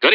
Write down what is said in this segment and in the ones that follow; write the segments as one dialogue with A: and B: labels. A: Good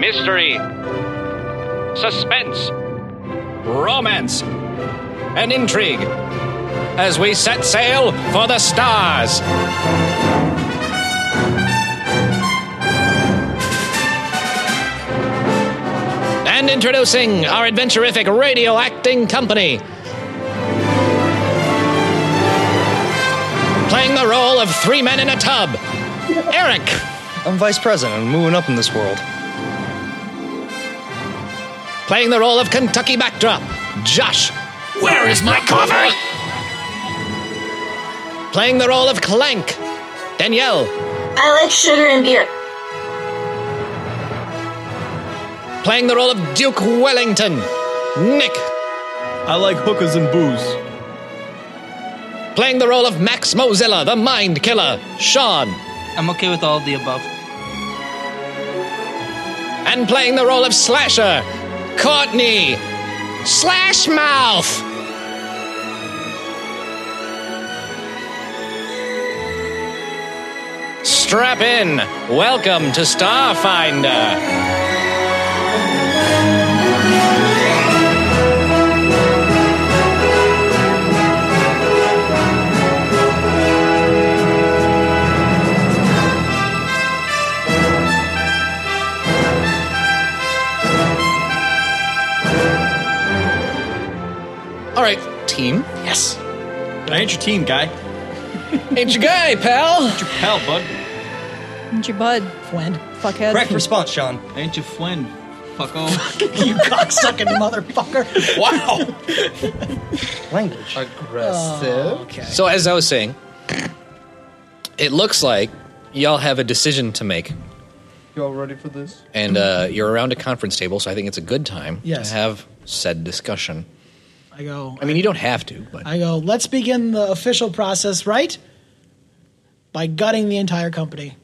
A: Mystery. Suspense. Romance. And intrigue. As we set sail for the stars. And introducing our adventurific radio acting company. Playing the role of three men in a tub. Eric.
B: I'm vice president. I'm moving up in this world.
A: Playing the role of Kentucky Backdrop. Josh.
C: Where is my cover?
A: Playing the role of Clank. Danielle.
D: I like sugar and beer.
A: Playing the role of Duke Wellington. Nick.
E: I like hookers and booze.
A: Playing the role of Max Mozilla, the Mind Killer. Sean.
F: I'm okay with all of the above.
A: And playing the role of Slasher. Courtney. Slashmouth. Strap in. Welcome to Starfinder. All right, team.
E: Yes. I ain't your team, guy.
A: Ain't your guy, pal.
E: Ain't your pal, bud.
G: It's your bud. Friend. Fuckhead.
B: Correct response, Sean.
F: Ain't you Flynn? Fuck off.
C: You cocksucking motherfucker.
A: Wow.
B: Language.
C: Aggressive. Oh, okay.
A: So as I was saying, it looks like y'all have a decision to make,
B: You all ready for this?
A: and uh, you're around a conference table, so I think it's a good time
C: Yes.
A: to have said discussion.
C: I go.
A: I mean, you don't have to, but
C: I go. Let's begin the official process, right? By gutting the entire company,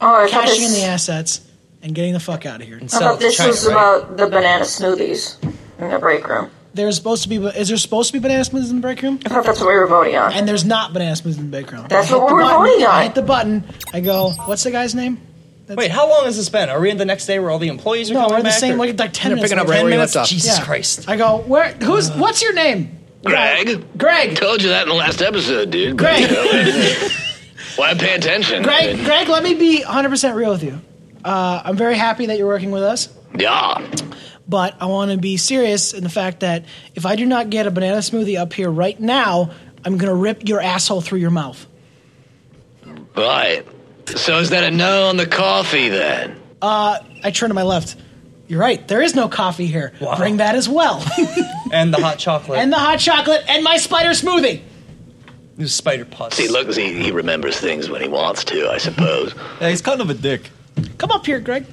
D: Oh, I thought
C: cashing in the
D: this,
C: assets, and getting the fuck out of here.
D: I thought this was about the banana smoothies in the break room.
C: There's supposed to be. Is there supposed to be banana smoothies in the break room?
D: I thought that's what we were voting on.
C: And there's not banana smoothies in the break room.
D: That's
C: I hit
D: what
C: the
D: we're
C: button,
D: voting on.
C: I hit the button. I go. What's the guy's name?
H: Wait, how long has this been? Are we in the next day where all the employees are
C: No,
H: coming
C: we're the
H: back?
C: same.
H: or-
C: Like, like ten minutes.
A: picking up
C: later.
A: right
C: 10
A: where you
C: minutes.
A: left off.
H: Jesus
C: Yeah.
H: Christ.
C: I go. Where? Who's? What's your name?
I: Greg,
C: Greg.
I: told you that in the last episode, dude.
C: Greg.
I: Why pay attention?
C: Greg, Greg, let me be 100% real with you. Uh, I'm very happy that you're working with us,
I: Yeah.
C: but I want to be serious in the fact that if I do not get a banana smoothie up here right now, I'm going to rip your asshole through your mouth.
I: Right. So is that a no on the coffee then?
C: I turn to my left. You're right. There is no coffee here. Bring that as well.
H: And the hot chocolate.
C: and the hot chocolate and my spider smoothie.
H: the spider putts.
I: See, look, see, he remembers things when he wants to, I suppose.
E: Yeah, he's kind of a dick.
C: Come up here, Greg.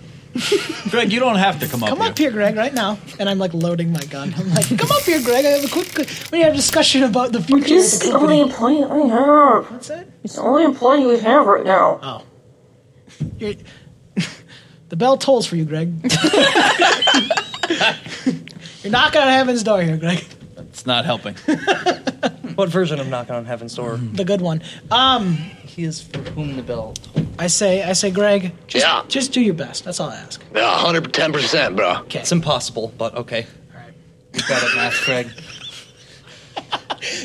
E: Greg, you don't have to come up
C: Come up here, Greg, right now. And I'm like loading my gun. I'm like, come up here, Greg. I have a quick, quick we need to have a discussion about the future.
D: This is
C: Of the
D: the only
C: company.
D: employee we have.
C: What's that?
D: It's the only employee we have right now.
E: Uh,
C: Oh. You're, the bell tolls for you, Greg. You're knocking on heaven's door here, Greg.
E: It's not helping.
H: What version of Knocking on Heaven's Door?
C: The good one. Um,
F: he is for whom the bell
C: I say, I say, Greg, just,
I: Yeah.
C: just do your best. That's all I ask.
I: Yeah, 110%, bro.
H: It's impossible, but okay.
F: You got it, math, Craig.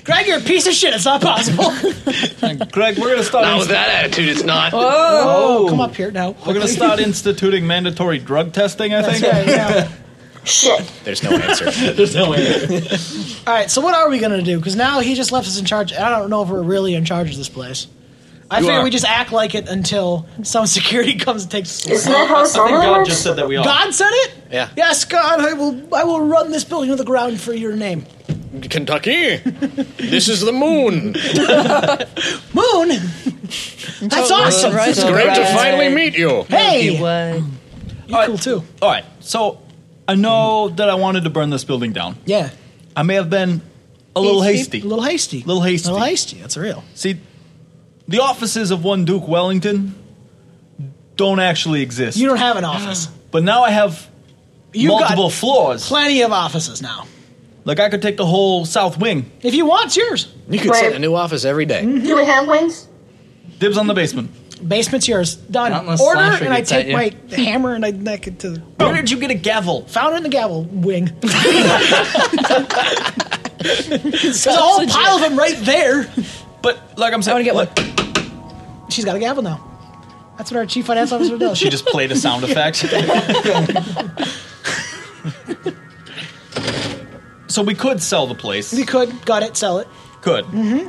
C: Greg, you're a piece of shit. It's not possible.
E: Greg, we're gonna start.
I: Not with that attitude, it's not.
C: oh, come up here now.
E: We're gonna start instituting mandatory drug testing. I
C: That's
E: think.
C: right, yeah.
D: Shit.
A: there's no answer.
C: All right, so what are we gonna do? Because now he just left us in charge. and I don't know if we're really in charge of this place. I
E: You
C: figure
E: are.
C: we just act like it until some security comes and takes us. away.
D: Isn't that how it's
E: I think
D: normally
E: God
D: works?
E: just said that we all.
C: God said it.
A: Yeah.
C: Yes, God, I will. I will run this building to the ground for your name.
A: Kentucky, this is the moon.
C: Moon. That's awesome.
G: Right,
A: Great to finally meet you.
C: Hey,
F: What?
C: You're cool too.
E: All right. So I know that I wanted to burn this building down.
C: Yeah.
E: I may have been a little hasty.
C: A little hasty.
E: Little hasty.
C: little hasty. That's real.
E: See, the offices of one Duke Wellington don't actually exist.
C: You don't have an office.
E: but now I have
C: You've got
E: multiple floors.
C: Plenty of offices now.
E: like I could take the whole south wing.
C: If you want, it's yours.
A: You could set a new office every day.
C: Mm-hmm.
D: Do we have wings?
E: Dibs on the basement.
C: Basement's yours. Done.
H: Not unless
C: Order,
H: Slasher
C: and I
H: gets at
C: take my hammer and I neck it to the.
E: Where did you get a gavel?
C: Found it in the gavel wing. There's a whole pile of them right there.
E: But like I'm saying,
C: wanna get
E: look,
C: She's got a gavel now. That's what our chief finance officer does.
E: She just played a sound effect. so we could sell the place.
C: we could, got it, sell it.
E: Could. Mm-hmm.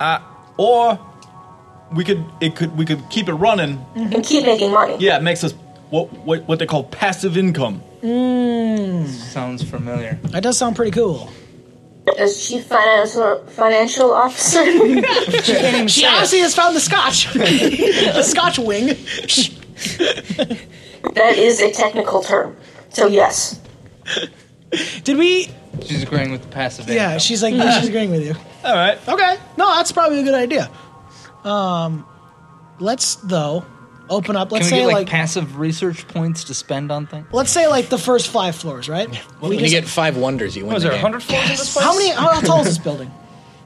E: Uh, or we could it could we could keep it running.
C: Mm-hmm.
D: And keep making money.
E: Yeah, it makes us what what what they call passive income.
H: Sounds familiar.
C: That does sound pretty cool.
D: As chief financial financial officer.
C: She obviously has found the scotch, the scotch wing.
D: that is a technical term. So yes.
C: Did we?
H: She's agreeing with the passive.
C: Yeah,
H: income.
C: she's like, no, she's agreeing with you.
E: All right.
C: Okay, no, that's probably a good idea. Um, let's though open up.
H: Can
C: Let's
H: we
C: say
H: get like,
C: like,
H: passive research points to spend on things?
C: let's say like the first five floors, right? We
A: When you
C: just-
A: get five wonders, you win.
E: Oh,
J: Was
A: the
J: there
A: game.
J: 100 floors in this place?
C: how many? How tall is this building?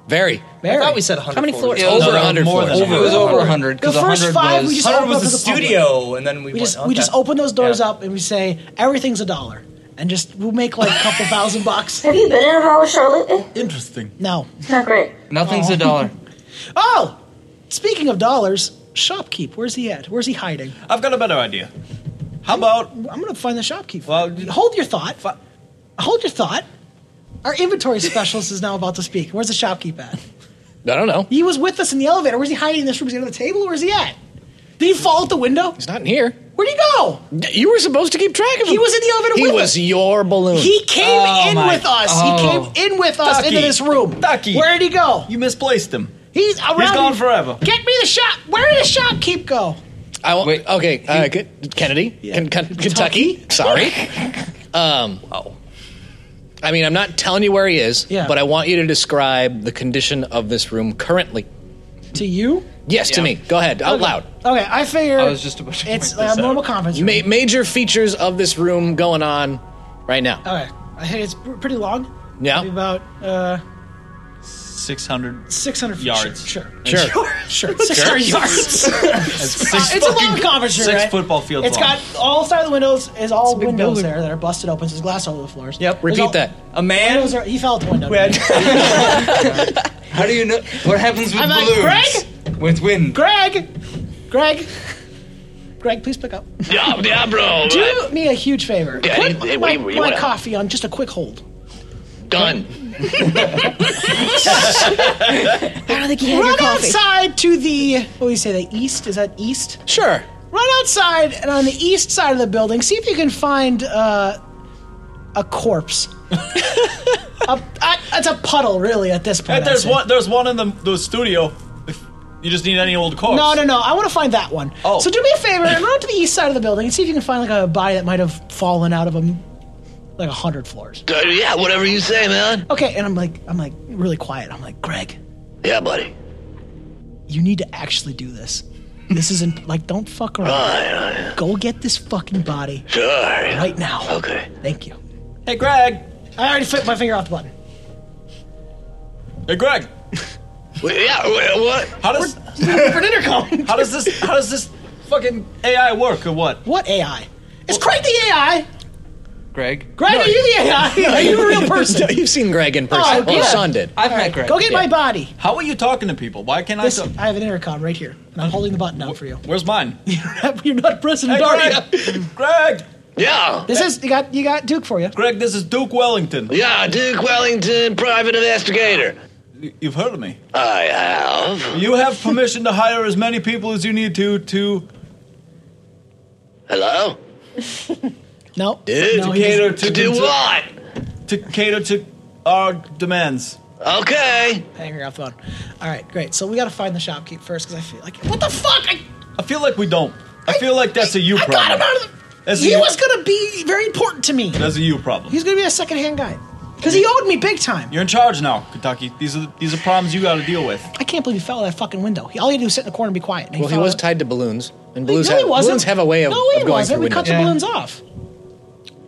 A: Very.
C: Very.
J: I thought we said 100
G: How many floors?
A: Over
H: No,
A: a 100
E: more
A: floors.
E: than
H: It was over 100
C: The
H: because 100
C: first five,
H: was
C: we just
J: 100
C: opened
J: was the
C: up to the public.
J: studio, and then we,
C: Oh, We
J: went,
C: just we just
J: okay.
C: open those doors
J: Yeah.
C: up and we say everything's a dollar, and just we'll make like a couple thousand bucks.
D: Have you been in a hall, Charlotte? Eh,
E: Interesting.
C: No.
D: It's not great.
H: nothing's a dollar.
C: Oh, speaking of dollars, shopkeep. Where's he at? Where's he hiding?
E: I've got a better idea. How about
C: I'm gonna find the shopkeep.
E: Well,
C: you-
E: you-
C: hold your thought. hold your thought. Our inventory specialist is now about to speak. Where's the shopkeep at?
A: I don't know.
C: He was with us in the elevator. Where's he hiding in this room? Is he under the table? Where's he at? Did he fall out the window?
A: He's not in here.
C: Where'd he go?
A: You were supposed to keep track of him.
C: He was in the elevator
A: He
C: with
A: was
C: us.
A: your balloon.
C: He came
H: Oh
C: in
H: my-
C: with us.
H: oh.
C: He came in with us
E: Ducky.
C: into this room.
E: Ducky.
C: Where did he go?
E: you misplaced him?
C: He's around.
E: He's gone forever.
C: Get me the shop. Where did the shopkeep go?
A: I wa- okay, uh, Ke- Kennedy, Ken- Ken- Kentucky. Sorry. um, I mean, I'm not telling you where he is,
C: Yeah.
A: but I want you to describe the condition of this room currently.
C: To you?
A: Yes, to me. Go ahead, out loud.
C: Okay, I figure
H: I was just about to
C: it's
H: point
C: a
H: this out.
C: normal conference room.
A: Ma- major features of this room going on right now.
C: Okay, I think it's pr- pretty long.
A: Yeah.
C: Maybe about uh,
E: Six hundred.
C: 600 feet.
E: Yards.
C: Sure, sure,
A: Sure.
C: sure. 600 yards. Uh, it's a long conference room,
E: six
C: right?
E: football fields
C: It's
E: long.
C: got all side of the windows is all
J: big
C: windows
J: building.
C: there that are busted open. So there's glass all over the floors.
J: Yep.
C: There's
A: Repeat
C: all-
A: that.
J: A man?
C: Windows are, he fell out the window.
J: We had-
H: How do you know what happens with
C: I'm like,
H: balloons?
C: Greg?
H: With wind.
C: Greg, Greg, Greg, please pick up.
I: Yeah, yeah, bro.
C: Do me a huge favor.
I: Yeah,
C: Put
I: you- you-
C: my,
I: you- you
C: my
I: wanna-
C: coffee on just a quick hold.
I: Done.
G: I don't think he had your
C: Run
G: coffee.
C: outside to the what do you say? The east? Is that east?
A: Sure.
C: Run outside and on the east side of the building, see if you can find uh, a corpse. a, a, it's a puddle, really, at this point.
E: And there's
C: I'd say.
E: one. There's one in the, the studio. If you just need any old corpse.
C: No, no, no. I want to find that one.
E: Oh.
C: So do me a favor and run out to the east side of the building and see if you can find like a body that might have fallen out of a m- like a hundred floors.
I: Uh, yeah, whatever you say, man.
C: Okay, and I'm like, I'm like really quiet. I'm like, Greg,
I: Yeah, buddy.
C: you need to actually do this. This isn't like, don't fuck around.
I: Aye, aye.
C: Go get this fucking body
I: Sure. yeah.
C: right now.
I: Okay.
C: Thank you.
E: Hey, Greg.
C: I already flipped my finger off the button.
E: Hey, Greg.
I: Well, yeah. wha- What?
E: How does
C: For dinner cone.
E: how does this how does this fucking AI work or what?
C: What AI? It's Craig the AI.
H: Greg.
C: Greg, are you the AI? Are you a real person?
A: You've seen Greg in person.
C: Oh,
A: well,
C: yeah.
A: Sean did.
H: I've met Greg.
C: Go get my body.
E: How are you talking to people? Why can't
C: This,
E: I? Talk?
C: I have an intercom right here, and I'm holding the button down for you.
E: Where's mine?
C: You're not pressing
E: Hey,
C: it, are you?
E: Greg. Greg.
I: Yeah.
C: This is you got you got Duke for you.
E: Greg. This is Duke Wellington.
I: Yeah, Duke Wellington, private investigator.
E: You've heard of me.
I: I have.
E: You have permission to hire as many people as you need to to
I: Hello?
C: No,
I: Dude,
C: no,
E: to
C: he doesn't-
E: cater
I: To
E: to,
I: do
E: to,
I: what?
E: to cater to our demands.
I: Okay.
C: Hanging off the phone. All right, great. So we got to find the shopkeep first because I feel like what the fuck? I,
E: I feel like we don't. I feel like that's a you
C: I got him
E: problem.
C: out of the.
E: That's
C: he
E: you.
C: was going to be very important to me.
E: That's a you problem.
C: He's going to be a secondhand guy because he owed me big time.
E: You're in charge now, Kentucky. These are these are problems you got to deal with.
C: I can't believe he fell out of that fucking window. He, all he had to do was sit in the corner and be quiet. and
A: Well, he
C: fell
A: was
C: out.
A: tied to balloons, and balloons,
C: Uh, no,
A: have,
C: he wasn't.
A: balloons have a way of,
C: no, he
A: of going
C: wasn't.
A: through
C: We cut
A: windows.
C: the balloons off.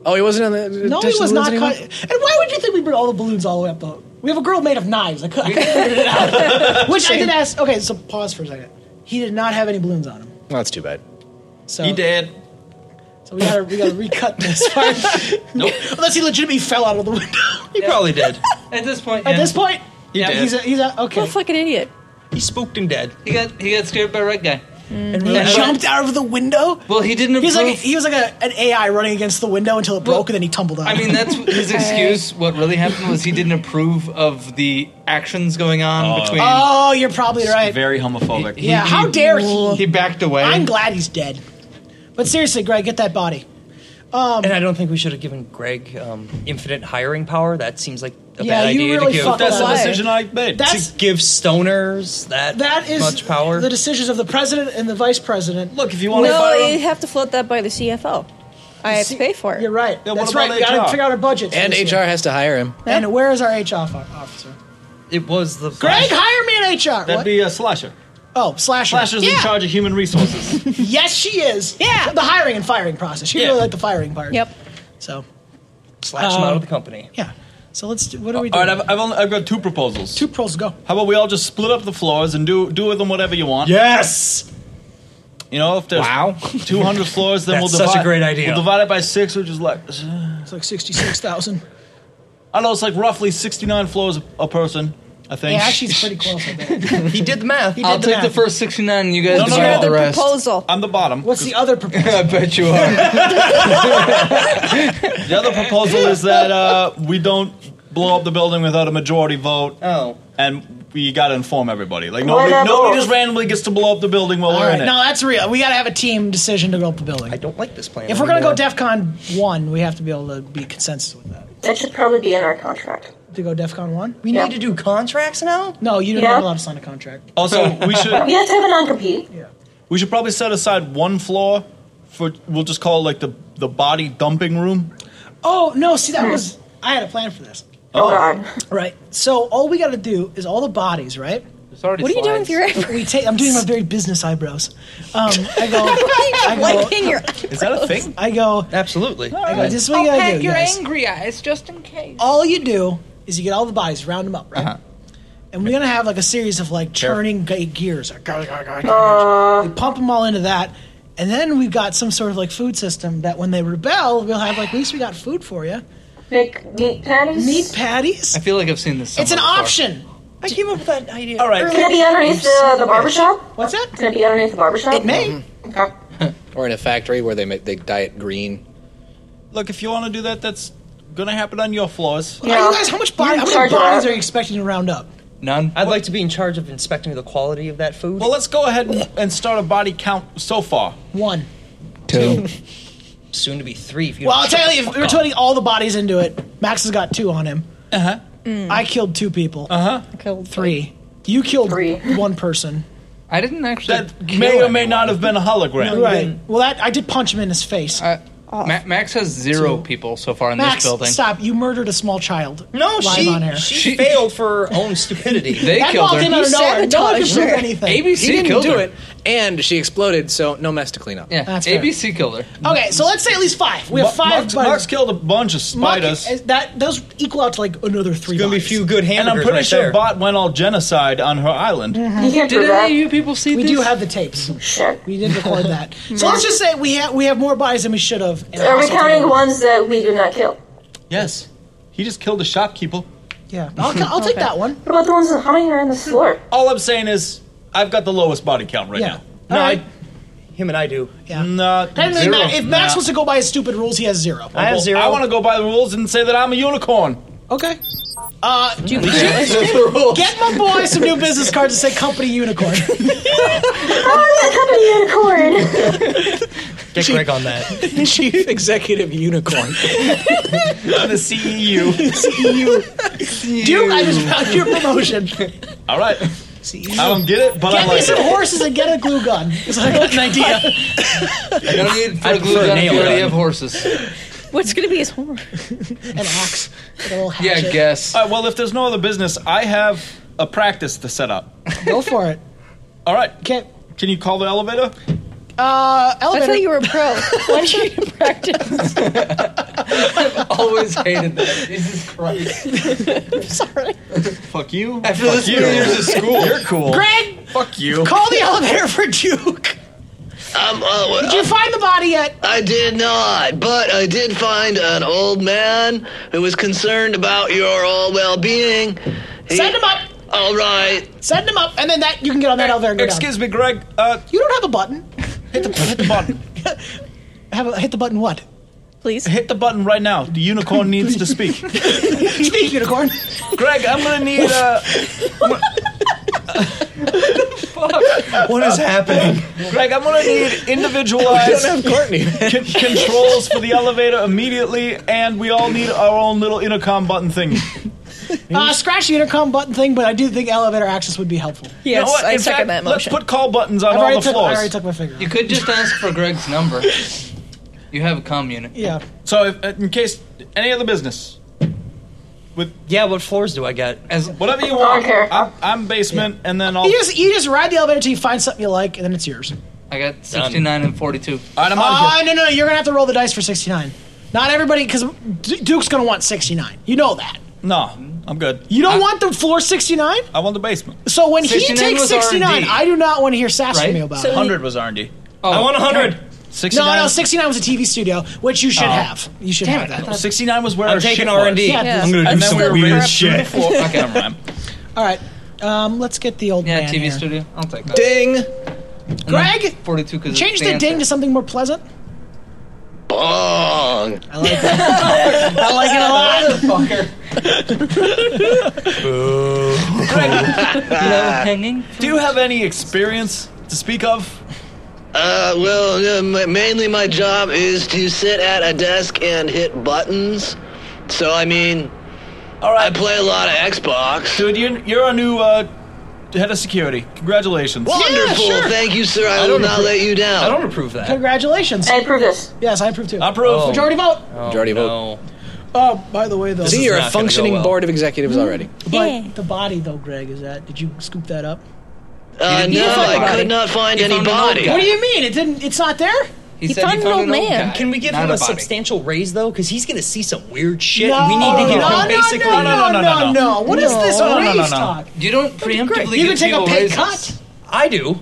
A: Oh, he wasn't on the.
C: No,
A: touch
C: he was
A: the
C: not
A: balloons
C: cut.
A: anymore?
C: And why would you think we bring all the balloons all the way up though? We have a girl made of knives. I could I figured it out. Which I did ask. Okay, so pause for a second. He did not have any balloons on him.
A: Oh, that's too bad.
C: So
E: He did.
C: So we gotta we gotta recut this part.
H: Nope.
C: Unless he legitimately fell out of the window.
H: He probably did. At this point,
C: At
H: yeah.
C: this point,
H: He
C: yeah,
H: did.
C: he's a, he's a, okay.
G: What a fucking idiot.
H: he spooked him dead. He got he got scared by a red guy.
C: And he jumped out of the window.
H: Well, he didn't
C: He was
H: approve.
C: like he was like a, an AI running against the window until it broke, and then he tumbled out.
H: I mean, that's his excuse. What really happened was he didn't approve of the actions going on between.
C: oh, you're probably right.
E: Very homophobic.
H: He-
C: yeah,
H: he-
C: how dare he?
H: He backed away.
C: I'm glad he's dead. But seriously, Greg, get that body.
J: And I don't think we should have given Greg um, infinite hiring power. That seems like a
C: Yeah,
J: bad
C: you
J: idea
C: really
J: to give
C: fucked
E: That's the
C: Why?
E: decision I made.
C: That's-
J: to give stoners that,
C: That is
J: much power.
C: the decisions of the president and the vice president.
E: Look, if you want to
G: No,
E: fire
G: you
E: him,
G: have to float that by the CFO. I have to pay for it.
C: You're right.
E: Yeah, what
C: That's
E: about
C: right. We got
E: HR?
C: to figure out our budget. for
A: And
C: this
A: HR
C: year.
A: has to hire him.
C: And where is our HR off- officer?
J: it was the
C: Greg, hire me in HR.
E: that'd
C: What?
E: be a slasher.
C: oh, slasher.
E: Slasher's
C: yeah.
E: in charge of human resources.
C: Yes, she is. Yeah. The hiring and firing process. She
E: Yeah.
C: really liked the firing part.
G: Yep.
C: So, um,
J: slash him out of the company.
C: yeah. So let's do. What do
E: All
C: we do?
E: right, I've, I've, only, I've got two proposals.
C: Two pros go.
E: How about we all just split up the floors and do do with them whatever you want?
C: Yes.
E: You know, if there's
J: Wow.
E: 200 floors, then
J: That's
E: we'll
J: such a
E: divide.
J: great idea.
E: We'll divide it by six, which is like
C: It's like sixty-six thousand.
E: I know it's like roughly 69 floors a, a person. I think.
C: Yeah, actually, it's pretty close. I think.
J: He did the math.
C: He
H: I'll
C: did
H: take
C: math.
H: the first 69 and you guys
E: No, no,
H: divide
E: no,
H: the
E: the
H: rest.
G: Proposal.
E: I'm the bottom.
C: What's the other proposal?
H: I bet you are.
E: The other proposal is that uh, we don't blow up the building without a majority vote,
H: oh.
E: and we gotta inform everybody. Like
D: Why
E: nobody,
D: not
E: nobody
D: both?
E: just randomly gets to blow up the building while
C: All
E: we're
C: right.
E: in it.
C: No, that's real. We got to have a team decision to go up the building.
J: I don't like this plan.
C: If we're gonna go
J: anymore.
C: DefCon one, we have to be able to be consensus with that.
D: That should probably be in our contract.
C: To go DefCon one?
J: we
D: Yeah.
J: need to do contracts now.
C: No, you don't
D: Yeah.
C: have allowed to sign a contract.
E: Also, we should
D: You have to have a non-compete.
E: we should probably set aside one floor for we'll just call it like the the body dumping room.
C: Oh no! See, that was I had a plan for this.
D: Oh, God.
C: Right. So all we got to do is all the bodies, right?
H: There's already
G: what are you doing with your eyebrows?
C: We take. I'm doing my very business eyebrows. Um, I go. I go.
G: Liking your
E: Is that a thing?
C: I go.
J: Absolutely.
C: I go. This is what you gotta do, guys.
D: angry eyes just in case.
C: All you do is you get all the bodies, round them up, right?
H: Uh-huh.
C: And we're gonna have like a series of like churning ge- gears. Like, "Gar, gar, gar,
D: Uh.
C: gar." we pump them all into that, and then we've got some sort of like food system that when they rebel, we'll have like at least we got food for you.
D: Make meat patties?
C: Meat patties.
H: I feel like I've seen this.
C: It's an
H: somewhere before.
C: option.
J: I came up with that idea.
E: All right.
D: Can it be underneath the, the barbershop?
C: What's that?
D: Can it be underneath the barbershop?
C: It may.
D: Okay.
A: Or in a factory where they make they dye it green.
E: Look, if you want to do that, that's gonna happen on your floors.
C: Are
D: Yeah.
C: you guys, how much body,
D: You
C: how
D: charge
C: many
D: it
C: bodies
D: up.
C: are you expecting to round up?
H: None.
J: I'd like to be in charge of inspecting the quality of that food.
E: Well, let's go ahead and, and start a body count so far.
C: One.
J: two. Soon to be three. If you
C: Well,
J: don't
C: I'll
J: shut
C: tell
J: the
C: you, if
J: fuck
C: we're
J: up.
C: putting all the bodies into it, Max has got two on him. Uh huh. I killed two people. Uh huh.
G: killed
C: Three. You killed
D: Three.
C: one person.
H: I didn't actually.
E: That
H: kill
E: may or may
H: anyone.
E: not have been a hologram.
C: Right. Well, that I did punch him in his face.
H: Uh, Ma- Max has zero people so far in this
C: Max,
H: building.
C: stop! You murdered a small child.
J: No,
C: live
J: she,
C: on air.
J: she
H: She-
J: failed for her own stupidity.
H: They
C: that
H: killed
C: ball came
H: her.
C: out of
G: You
C: nowhere. Oh, No one can
G: sabotaged
C: prove
G: her.
C: anything.
H: ABC
A: He didn't
H: killed
A: do
H: her.
A: it, and she exploded, so no mess to clean up.
H: Yeah,
C: That's fair.
H: ABC killed her.
C: Okay, so let's say at least five. We have
E: Ma-
C: five.
E: Mark's,
C: bodies.
E: Mark's killed a bunch of spiders.
C: Mark, that those equal out to like another three.
J: Gonna be a
C: bodies.
J: few good
E: and
J: hamburgers
E: I'm pretty
J: right
E: sure
J: there.
E: Bot went all genocide on her island.
D: You can't
H: Did
D: prove
H: any of
D: that.
H: you people see
C: We
H: this?
C: do have the tapes.
D: Shit.
C: We did record that. so let's just say we have we have more bodies than we should have. and
D: Are we
C: also-
D: counting the ones that we did not kill?
E: Yes. He just killed a shopkeeper.
C: Yeah, I'll, I'll take that one.
D: What about the ones that, how many are on this floor?
C: Oh,
E: All I'm saying is, I've got the lowest body count right
C: Yeah.
J: No,
C: All right.
J: I, him and I do.
C: Yeah.
E: now. Not
C: That doesn't really
E: zero.
C: matter. If Max
E: Nah.
C: wants to go by his stupid rules, he has zero.
J: I have zero.
E: I want to go by the rules and say that I'm a unicorn.
C: Okay. Uh, get my boy some new business cards that say company unicorn.
D: Oh, the company unicorn!
J: get Greg on that.
A: Chief Executive Unicorn.
E: I'm the E CEO.
C: Duke, I just found your promotion.
E: all right.
C: See,
E: I don't get it, but
C: get
E: I
C: me
E: like
C: some
E: it.
C: horses and get a glue gun. It's like an idea.
H: I don't need for
J: I'd
H: a glue
J: prefer
H: gun if
J: nail
H: you already
J: gun.
H: have horses.
G: What's going to be his horn?
C: An axe. With a little
H: Yeah,
C: hatchet.
H: I guess.
E: All right, well, if there's no other business, I have a practice to set up.
C: Go for it.
E: All right,
C: Okay.
E: can you call the elevator?
C: Uh,
G: I
C: elevator.
G: thought you were a pro. Why did you need to practice?
H: Always hated that. Jesus Christ.
C: Sorry.
E: Fuck you.
H: After this
E: you.
H: many years of school.
E: You're cool.
C: Greg,
E: Fuck you.
C: call the elevator for Duke.
I: I'm, uh, what-
C: Did you find the body yet?
I: I did not, but I did find an old man who was concerned about your all well-being. He-
C: Send him up.
I: All right.
C: Send him up, and then that you can get on that elevator and go down.
E: Excuse me, Greg. Uh,
C: You don't have a button.
E: hit the hit the button.
C: Have a, hit the button. What?
G: Please.
E: Hit the button right now. The unicorn needs to speak.
C: Speak, unicorn.
E: Greg, I'm gonna need uh
B: What is happening?
E: Greg, I'm gonna need individualized
A: Courtney.
E: con- controls for the elevator immediately, and we all need our own little intercom button thing.
C: Uh, scratch the intercom button thing, but I do think elevator access would be helpful.
E: You
G: Yes,
E: know what?
G: I
E: In
G: second
E: fact,
G: that
E: let's
G: motion.
E: put call buttons on
C: I've
E: all
C: already,
E: the
C: took, I already
E: floors.
C: took my finger.
H: You could just ask for Greg's number. You have a comm unit.
C: yeah.
E: so, if, in case any other business, with
J: Yeah, what floors do I get?
H: As
E: whatever you
D: I
E: want,
D: don't care.
E: I'm, I'm basement, and then I'll.
C: You just you just ride the elevator till you find something you like, and then it's yours.
H: I got 69 and 42.
E: All right, I'm out of here.
C: Uh, no, no, no. You're gonna have to roll the dice for 69. Not everybody, because Duke's gonna want 69. You know that.
E: No, I'm good.
C: You don't want the floor 69.
E: I want the basement.
C: So when he
H: 69
C: takes
H: was
C: 69,
H: R&D.
C: I do not want to hear sass from
H: Right?
C: you about
G: So
C: it.
E: Hundred was R&D.
H: Oh,
E: I want hundred.
C: No, no, 69 was a TV studio, which you should have. You should have that.
E: Sixty-nine was where
J: I'm
E: our
J: taking
E: shit
J: R and D.
C: Yeah,
G: Yeah.
J: I'm gonna do
E: And then
J: some
E: we were
J: weird
E: ripped
J: shit.
E: was. Floor. Okay, never mind.
C: All right, um, let's get the old
H: Yeah,
C: man
H: TV
C: here.
H: studio. I'll take that.
J: Ding.
C: Greg,
H: 42 because
C: change the ding to something more pleasant.
I: Bong.
C: I like it a lot.
H: fucker. hanging.
E: Do you have any experience to speak of?
I: Uh, well, uh, m- mainly my job is to sit at a desk and hit buttons. So, I mean,
E: All
I: I
E: right,
I: play a lot of Xbox.
E: dude, you're, you're our new uh, head of security. Congratulations.
I: Wonderful. Thank you, sir. I,
J: I
I: will
J: don't
I: not
J: appro-
I: let you down.
J: I don't approve that.
C: Congratulations.
D: I approve this.
C: Yes, I approve too.
J: Oh.
E: Approved.
C: Majority vote.
A: Majority
J: no.
A: vote.
C: Oh, by the way, though,
A: See,
J: is
A: you're
J: not gonna
A: a
J: go
A: functioning
J: well. Mm.
A: board of executives already.
C: but the body though, Greg, is that? Did you scoop that up?
I: uh,
H: You
I: no,
H: found
I: I
H: nobody.
I: could not find
H: You
I: any
H: found an old
I: body.
H: guy.
C: What do you mean? It didn't. It's not there.
H: He,
G: He
H: said
G: found
H: he
G: an
H: found
G: old
H: an old
G: man.
H: guy,
J: Can we give
H: not
J: him a,
H: a body.
J: substantial raise though? Because he's gonna see some weird shit.
C: No,
J: we need to give
C: no,
J: him
C: no,
J: basically.
C: no, no, no,
E: no,
C: no,
E: no.
C: What is this
E: No, no, no,
C: raise
E: no.
C: talk?
H: You don't preemptively.
C: You
H: give
C: can take a
H: people
C: pay
H: raises.
C: cut.
J: I do.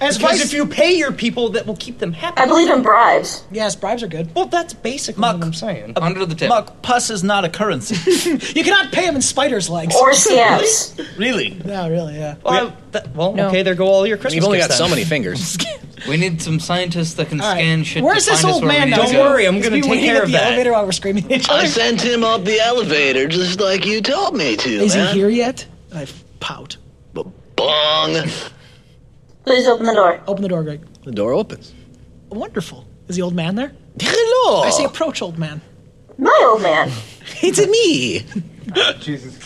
C: As
J: Because
C: vice-
J: if you pay your people, that will keep them happy.
D: I believe in bribes.
C: yes, bribes are good.
J: Well, that's basically
E: Muck.
J: what I'm saying.
H: Under the tip.
E: Look, pus is not a currency.
C: You cannot pay them in spiders' legs.
D: Or scabs.
E: really?
C: no, really, yeah.
J: Well, that- well,
G: No.
J: okay, there go all your Christmas.
A: You've only
J: gifts
A: got so
J: then.
A: many fingers.
H: We need some scientists that can
C: All right.
H: scan shit.
C: Where's
H: to
C: this
H: find us
C: old
H: where we
C: man
H: need
C: now?
J: Don't
H: to go.
J: worry, I'm
C: Just
J: gonna
C: be
J: take
C: waiting
J: care
C: at
J: of
C: the
J: that.
C: elevator while we're screaming at each other.
I: I sent him up the elevator just like you told me to.
C: Is he
I: man.
C: here yet? And I pout.
I: Bong.
D: Please open the door.
C: Open the door, Greg.
A: The door opens.
C: Wonderful. Is the old man there?
A: Hello.
C: I say approach, old man.
D: My old man.
A: It's me.
B: Jesus.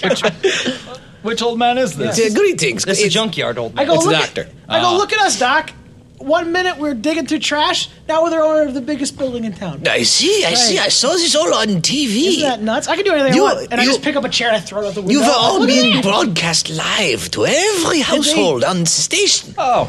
E: Which old man is this?
A: Uh, greetings.
J: This is a
A: It's-
J: junkyard, old
C: I
J: man.
C: go
A: It's a
C: look
A: doctor. Uh.
C: At, I go look at us, Doc. One minute we're digging through trash. Now we're the owner of the biggest building in town.
A: I see. I see. I saw this all on TV.
C: Isn't that nuts? I can do anything
A: You-
C: I want, and I
A: you-
C: just pick up a chair and I throw it out the window.
A: You've all
C: Look at
A: been
C: that.
A: broadcast live to every household on the station.
E: Oh,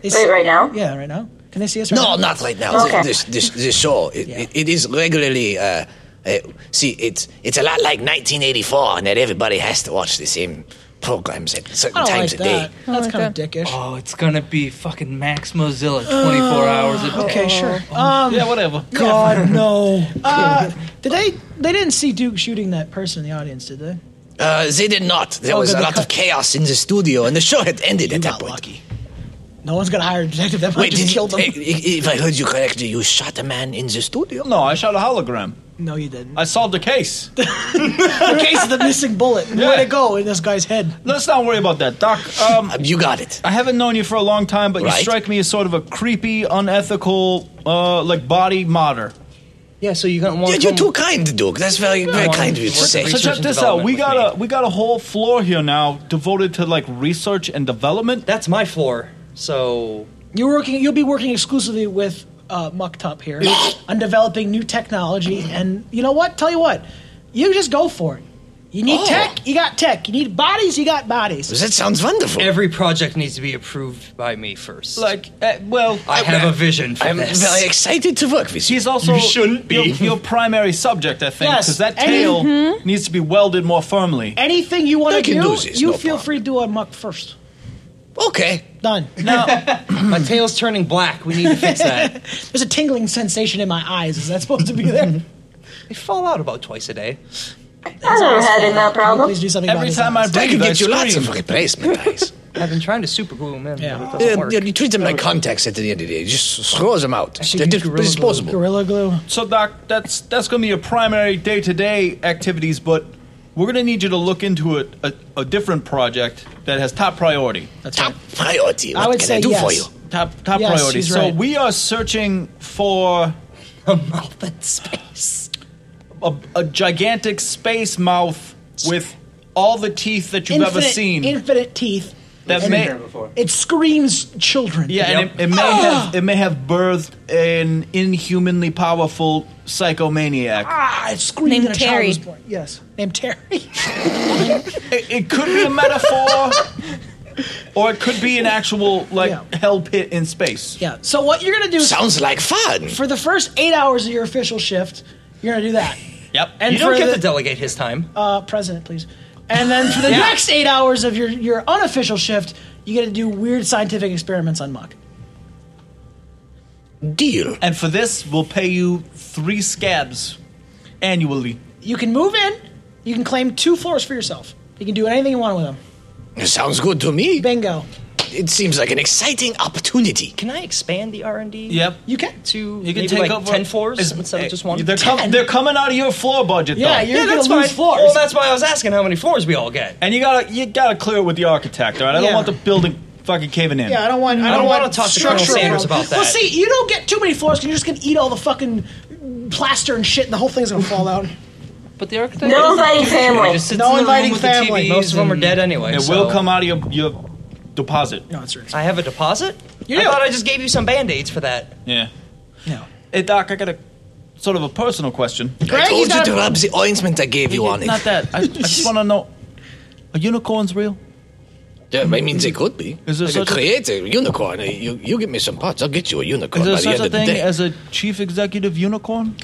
C: They see-
D: Wait, right now?
C: Yeah, right now. Can they see us? Right
A: No,
C: now?
A: not right now.
D: Okay.
A: This this this show it,
C: Yeah.
A: it, it is regularly. Uh, uh, see, it's it's a lot like 1984, and that everybody has to watch the same programs at
C: I
A: certain
C: don't
A: times
C: like
A: a day.
C: that. That's
G: like
C: kind of
G: that.
C: dickish.
H: Oh, it's gonna be fucking Max Mozilla, 24 hours a day.
C: Uh, okay, sure.
E: yeah, whatever.
C: God, no. Uh, did they? They didn't see Duke shooting that person in the audience, did they?
A: Uh, they did not. There
C: Oh,
A: was
C: good,
A: a
C: they
A: lot
C: cut-
A: of chaos in the studio, and the show had ended
C: You
A: at that
C: got
A: point.
C: lucky. No one's gonna hire a detective that might
A: Wait,
C: just
A: did
C: kill
A: you,
C: them.
A: i- i- if I heard you correctly, you shot a man in the studio?
E: No, I shot a hologram.
C: No, you didn't.
E: I solved the case.
C: the case of the missing bullet. Where'd
E: Yeah.
C: it go in this guy's head?
E: Let's not worry about that, Doc. Um,
A: You got it.
E: I haven't known you for a long time, but you
A: Right.
E: strike me as sort of a creepy, unethical, uh, like body modder.
J: Yeah, so you got one.
A: Yeah, you're too kind, Duke. That's very, very
E: No,
A: kind of you to
E: so-
A: say.
E: So check this out. We got a we got a whole floor here now devoted to like research and development.
J: That's my floor. So
C: You're working. You'll be working exclusively with uh, Mucktup here on developing new technology. And you know what? Tell you what, you just go for it. You need
J: Oh.
C: tech. You got tech. You need bodies. You got bodies.
J: Every project needs to be approved by me first.
E: Like, uh, well,
J: I have a vision for this.
A: to work with
E: you. He's also
J: You shouldn't be.
E: your, your primary subject, I think,
C: Yes,
E: because that
C: and-
E: tail
J: Mm-hmm.
C: Mhm.
E: needs to be welded more firmly.
C: Anything you want
E: They
C: to
E: can
C: do,
E: do this,
C: you
E: no
C: feel free to do on Muck first.
A: Okay.
C: Done.
J: Now, my tail's turning black. We need to fix that.
C: There's a tingling sensation in my eyes. Is that supposed to be there?
J: They fall out about twice a day.
D: I've never had any that problem.
J: Please do something Every about his time I eyes. breathe, I scream.
A: replacement eyes.
J: I've been trying to super glue them in. But it doesn't
A: Yeah,
J: work.
A: yeah, you treat them like contacts at the end of the day. Just throw them out. They're dis- disposable.
C: Gorilla glue.
E: So, Doc, that's that's going to be your primary day-to-day activities, but we're going to need you to look into a, a, a different project that has top priority.
C: That's
E: top
A: priority.
C: I What would can I say do for yes. you?
E: Top top
C: Yes,
E: priority.
C: he's
E: So
C: right.
E: we are searching for
J: a mouth in space,
E: a, gigantic space mouth with all the teeth that you've ever
C: Infinite-
E: seen.
C: Infinite teeth.
E: That
C: And
E: may-
C: it- It screams children.
E: Yeah, and it, it may have it may have birthed an inhumanly powerful psychomaniac.
C: Ah, it screamed
G: Named
C: when a child
G: Terry.
C: was born. Yes, named Terry.
E: it, it could be a metaphor, or it could be an actual like hell pit in space.
C: Yeah. So what you're gonna do? is-
E: Sounds like fun.
C: For the first eight hours of your official shift, you're gonna do that.
E: Yep.
C: And
J: you don't
C: for
J: get
C: the-
J: to delegate his time.
C: Uh, president, please. And then for the
J: Yeah.
C: next eight hours of your your unofficial shift, you get to do weird scientific experiments on Muck.
A: Deal.
E: And for this, we'll pay you three scabs annually.
C: You can move in. You can claim two floors for yourself. You can do anything you want with them.
A: Sounds good to me.
C: Bingo.
A: It seems like an exciting opportunity.
J: Can I expand the R and D?
E: Yep.
C: You can
J: to you
E: You can
J: maybe
E: take
J: like
E: over
J: ten floors
E: is-
J: instead of just one.
E: They're, com- they're coming out of your floor budget.
J: Yeah,
E: though.
J: you're Yeah, gonna that's lose fine. floors. Well, that's why I was asking how many floors we all get.
E: And you gotta you gotta clear it with the architect. All right, I
C: Yeah.
E: don't want the building fucking caving in.
C: Yeah, I don't want. I
E: I
C: don't,
E: don't
C: want
E: wanna talk to Colonel
C: structural
E: Sanders
C: problems.
E: about that.
C: Well, see, you don't get too many floors because you're just gonna eat all the fucking plaster and shit, and the whole thing's gonna fall out.
H: But the architect.
C: No inviting family.
H: Just sits in
C: No
H: the room
C: inviting
H: with the
C: family.
H: TVs
C: Most of them are
H: and-
J: dead anyway.
E: It
J: so-
E: will come out of your your deposit.
C: No, it's
J: I have a deposit. You I thought I just gave you some band aids for that.
E: Yeah.
C: No.
E: Hey Doc, I got a sort of a personal question.
A: I told you to rub the ointment I gave you on it.
E: Not that. I, I just want to know: Are unicorns real?
A: Yeah, I mean, they could be.
E: Is there
A: I could
E: such a-
A: create a unicorn. Uh, You, you give me some parts, I'll get you a unicorn
E: Is there
A: by the
E: such
A: end
E: a
A: of the
E: thing
A: day.
E: as a chief executive unicorn?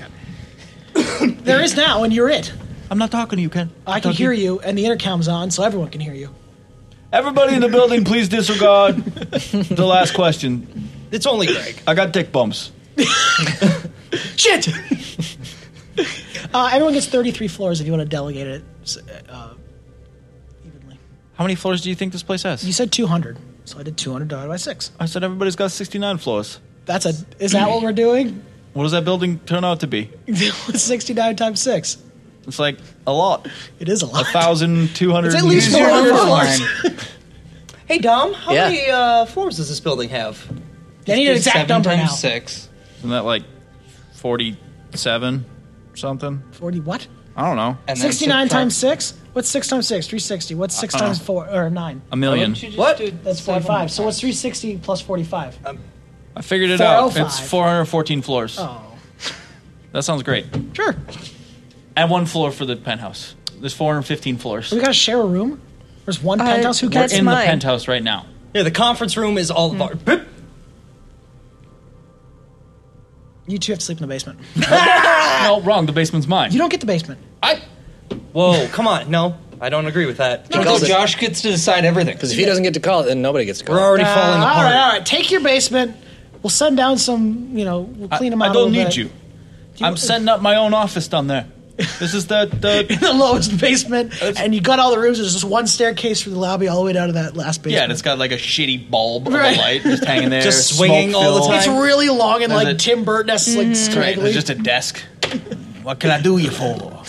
C: There is now, and you're it.
E: I'm not talking to you, Ken.
C: I can
E: Talking-
C: hear you, and the intercom's on, so everyone can hear you.
E: Everybody in the building, please disregard the last question.
J: It's only Greg.
E: I got dick bumps.
C: Shit. uh, everyone gets 33 floors if you want to delegate it. s- Uh,
E: How many floors do you think this place has?
C: you said 200, so I did 200 divided by six.
E: I said everybody's got 69 floors.
C: That's a. Is that what we're doing?
E: What does that building turn out to be?
C: 69 times six.
E: It's like a lot.
C: It is a lot.
E: A thousand two hundred.
C: It's at least four hundred floors.
J: Hey Dom, how
E: Yeah.
J: many uh, floors does this building have?
C: I need an exact Seven number times now.
H: Six.
E: Isn't that like forty-seven or something?
C: 40 what?
E: I don't know.
C: 69 times six? What's six times six? 360. What's six
E: Uh-uh.
C: times four or nine?
E: A million.
J: What?
C: That's 45. So what's 360 plus 45?
E: I figured it out.
C: 405.
E: It's four hundred fourteen floors.
C: Oh.
E: That sounds great.
C: Sure.
E: And one floor for the penthouse. There's four hundred fifteen floors.
C: we gotta share a room. There's one
J: Uh,
C: penthouse. Who
J: We're
C: gets
E: in the penthouse right now.
J: Yeah, the conference room is all of our. Boop.
C: You two have to sleep in the basement.
E: no, wrong. The basement's mine. You
C: don't get the basement.
J: Whoa, come on. No, I don't agree with that.
A: No, Because Josh
J: gets to decide everything.
A: Because if he doesn't get to call it, then nobody gets to call
J: We're already
A: it.
C: Uh, All right, all right. Take your basement. We'll send down some. You know, we'll clean them
E: I
C: out. a
E: don't
C: little
E: need
C: bit.
E: you. I'm setting up my own office down there. This is the the
C: The lowest basement, and you got all the rooms. There's just one staircase from the lobby all the way down to that last
E: yeah,
C: basement.
E: and it's got like a shitty bulb of
C: Right.
E: a light just hanging there,
J: Just swinging
E: smoke
J: all the
E: filled.
J: time.
C: It's really long and
E: There's
C: like
E: a-
C: Tim Burton, esque like
E: Mm-hmm. Right,
C: scraggly.
E: there's just a desk. What can I do you for?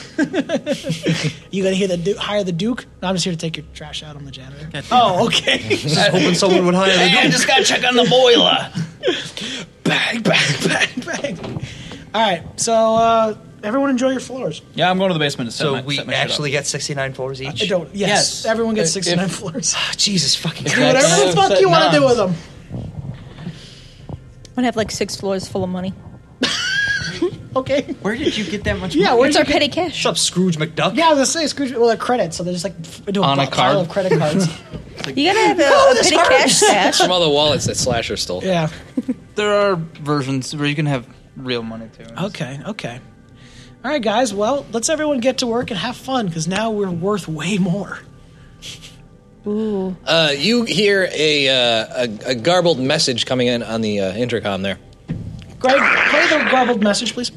C: You gonna hear the du- hire the Duke? No, I'm just here to take your trash out. I'm the janitor. Oh, okay.
E: Just hoping someone would hire the Hey, I Duke. just gotta check on the boiler.
C: bang, bang, bang, bang. All right, so uh, everyone enjoy your floors.
E: Yeah, I'm going to the basement to set
J: So
E: my,
J: we
E: set my
J: actually
E: get 69 floors
C: I Uh, don't. Yes, everyone
H: Uh,
C: gets
J: If-
C: 69
J: if-
C: floors.
J: Jesus fucking
C: Do whatever the fuck you want to do with them.
G: I'm gonna have like six floors full of money.
C: okay.
H: Where did you get that much?
C: Yeah,
G: money?
C: where's
G: It's our
C: our
G: petty cash?
J: Shut up, Scrooge McDuck.
C: Yeah, I was gonna say Scrooge. Well, they're credits, so they're just like f- into a
H: On a
C: bu- pile
H: card?
C: of credit cards.
G: You gotta have a,
C: Oh,
G: a
C: this
G: petty
C: hurts.
G: cash stash.
A: From all the wallets that Slasher stole.
C: yeah.
H: There are versions where you can have real money too.
C: Okay. Okay. All right, guys. Well, let's everyone get to work and have fun because now we're worth way more.
G: Ooh.
A: Uh, you hear a, uh, a a garbled message coming in on the uh, intercom there.
C: Greg, play the garbled message, please.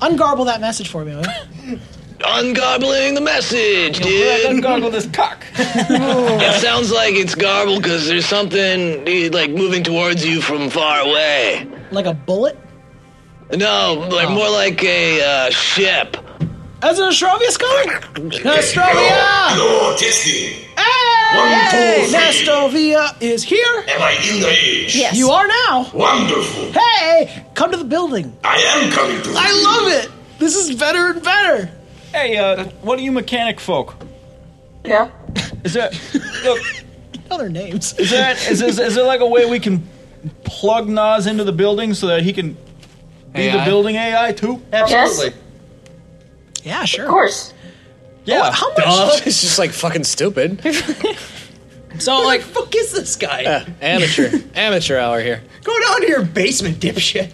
C: Ungarble that message for me. will you?
I: Ungobbling the message, dude.
E: Ungargle this cock.
A: Oh.
I: it sounds like it's garbled because there's something eh, like moving towards you from far away.
C: Like a bullet?
I: No, like
A: Oh.
I: more like a uh, ship.
C: As an Astrovius coming? Nostrovia!
K: Hello, testing. One,
C: Hey!
K: two, three.
C: Nostrovia is here.
K: Am I in the age?
C: Yes. You are now.
K: Wonderful.
C: Hey! Come to the building.
K: I am coming to.
C: I love it. This is better and better.
E: Hey, uh, what are you mechanic folk?
D: Yeah.
E: Is there look?
C: Other names.
E: Is there is, is, is there like a way we can plug Nas into the building so that he can be the
C: AI?
E: building AI too?
C: Absolutely. Yeah, sure. Of course.
E: Yeah.
C: how much?
A: it's just like fucking stupid.
C: so like, fuck is this guy?
A: Uh, amateur, amateur hour here.
C: Go down to your basement, dipshit.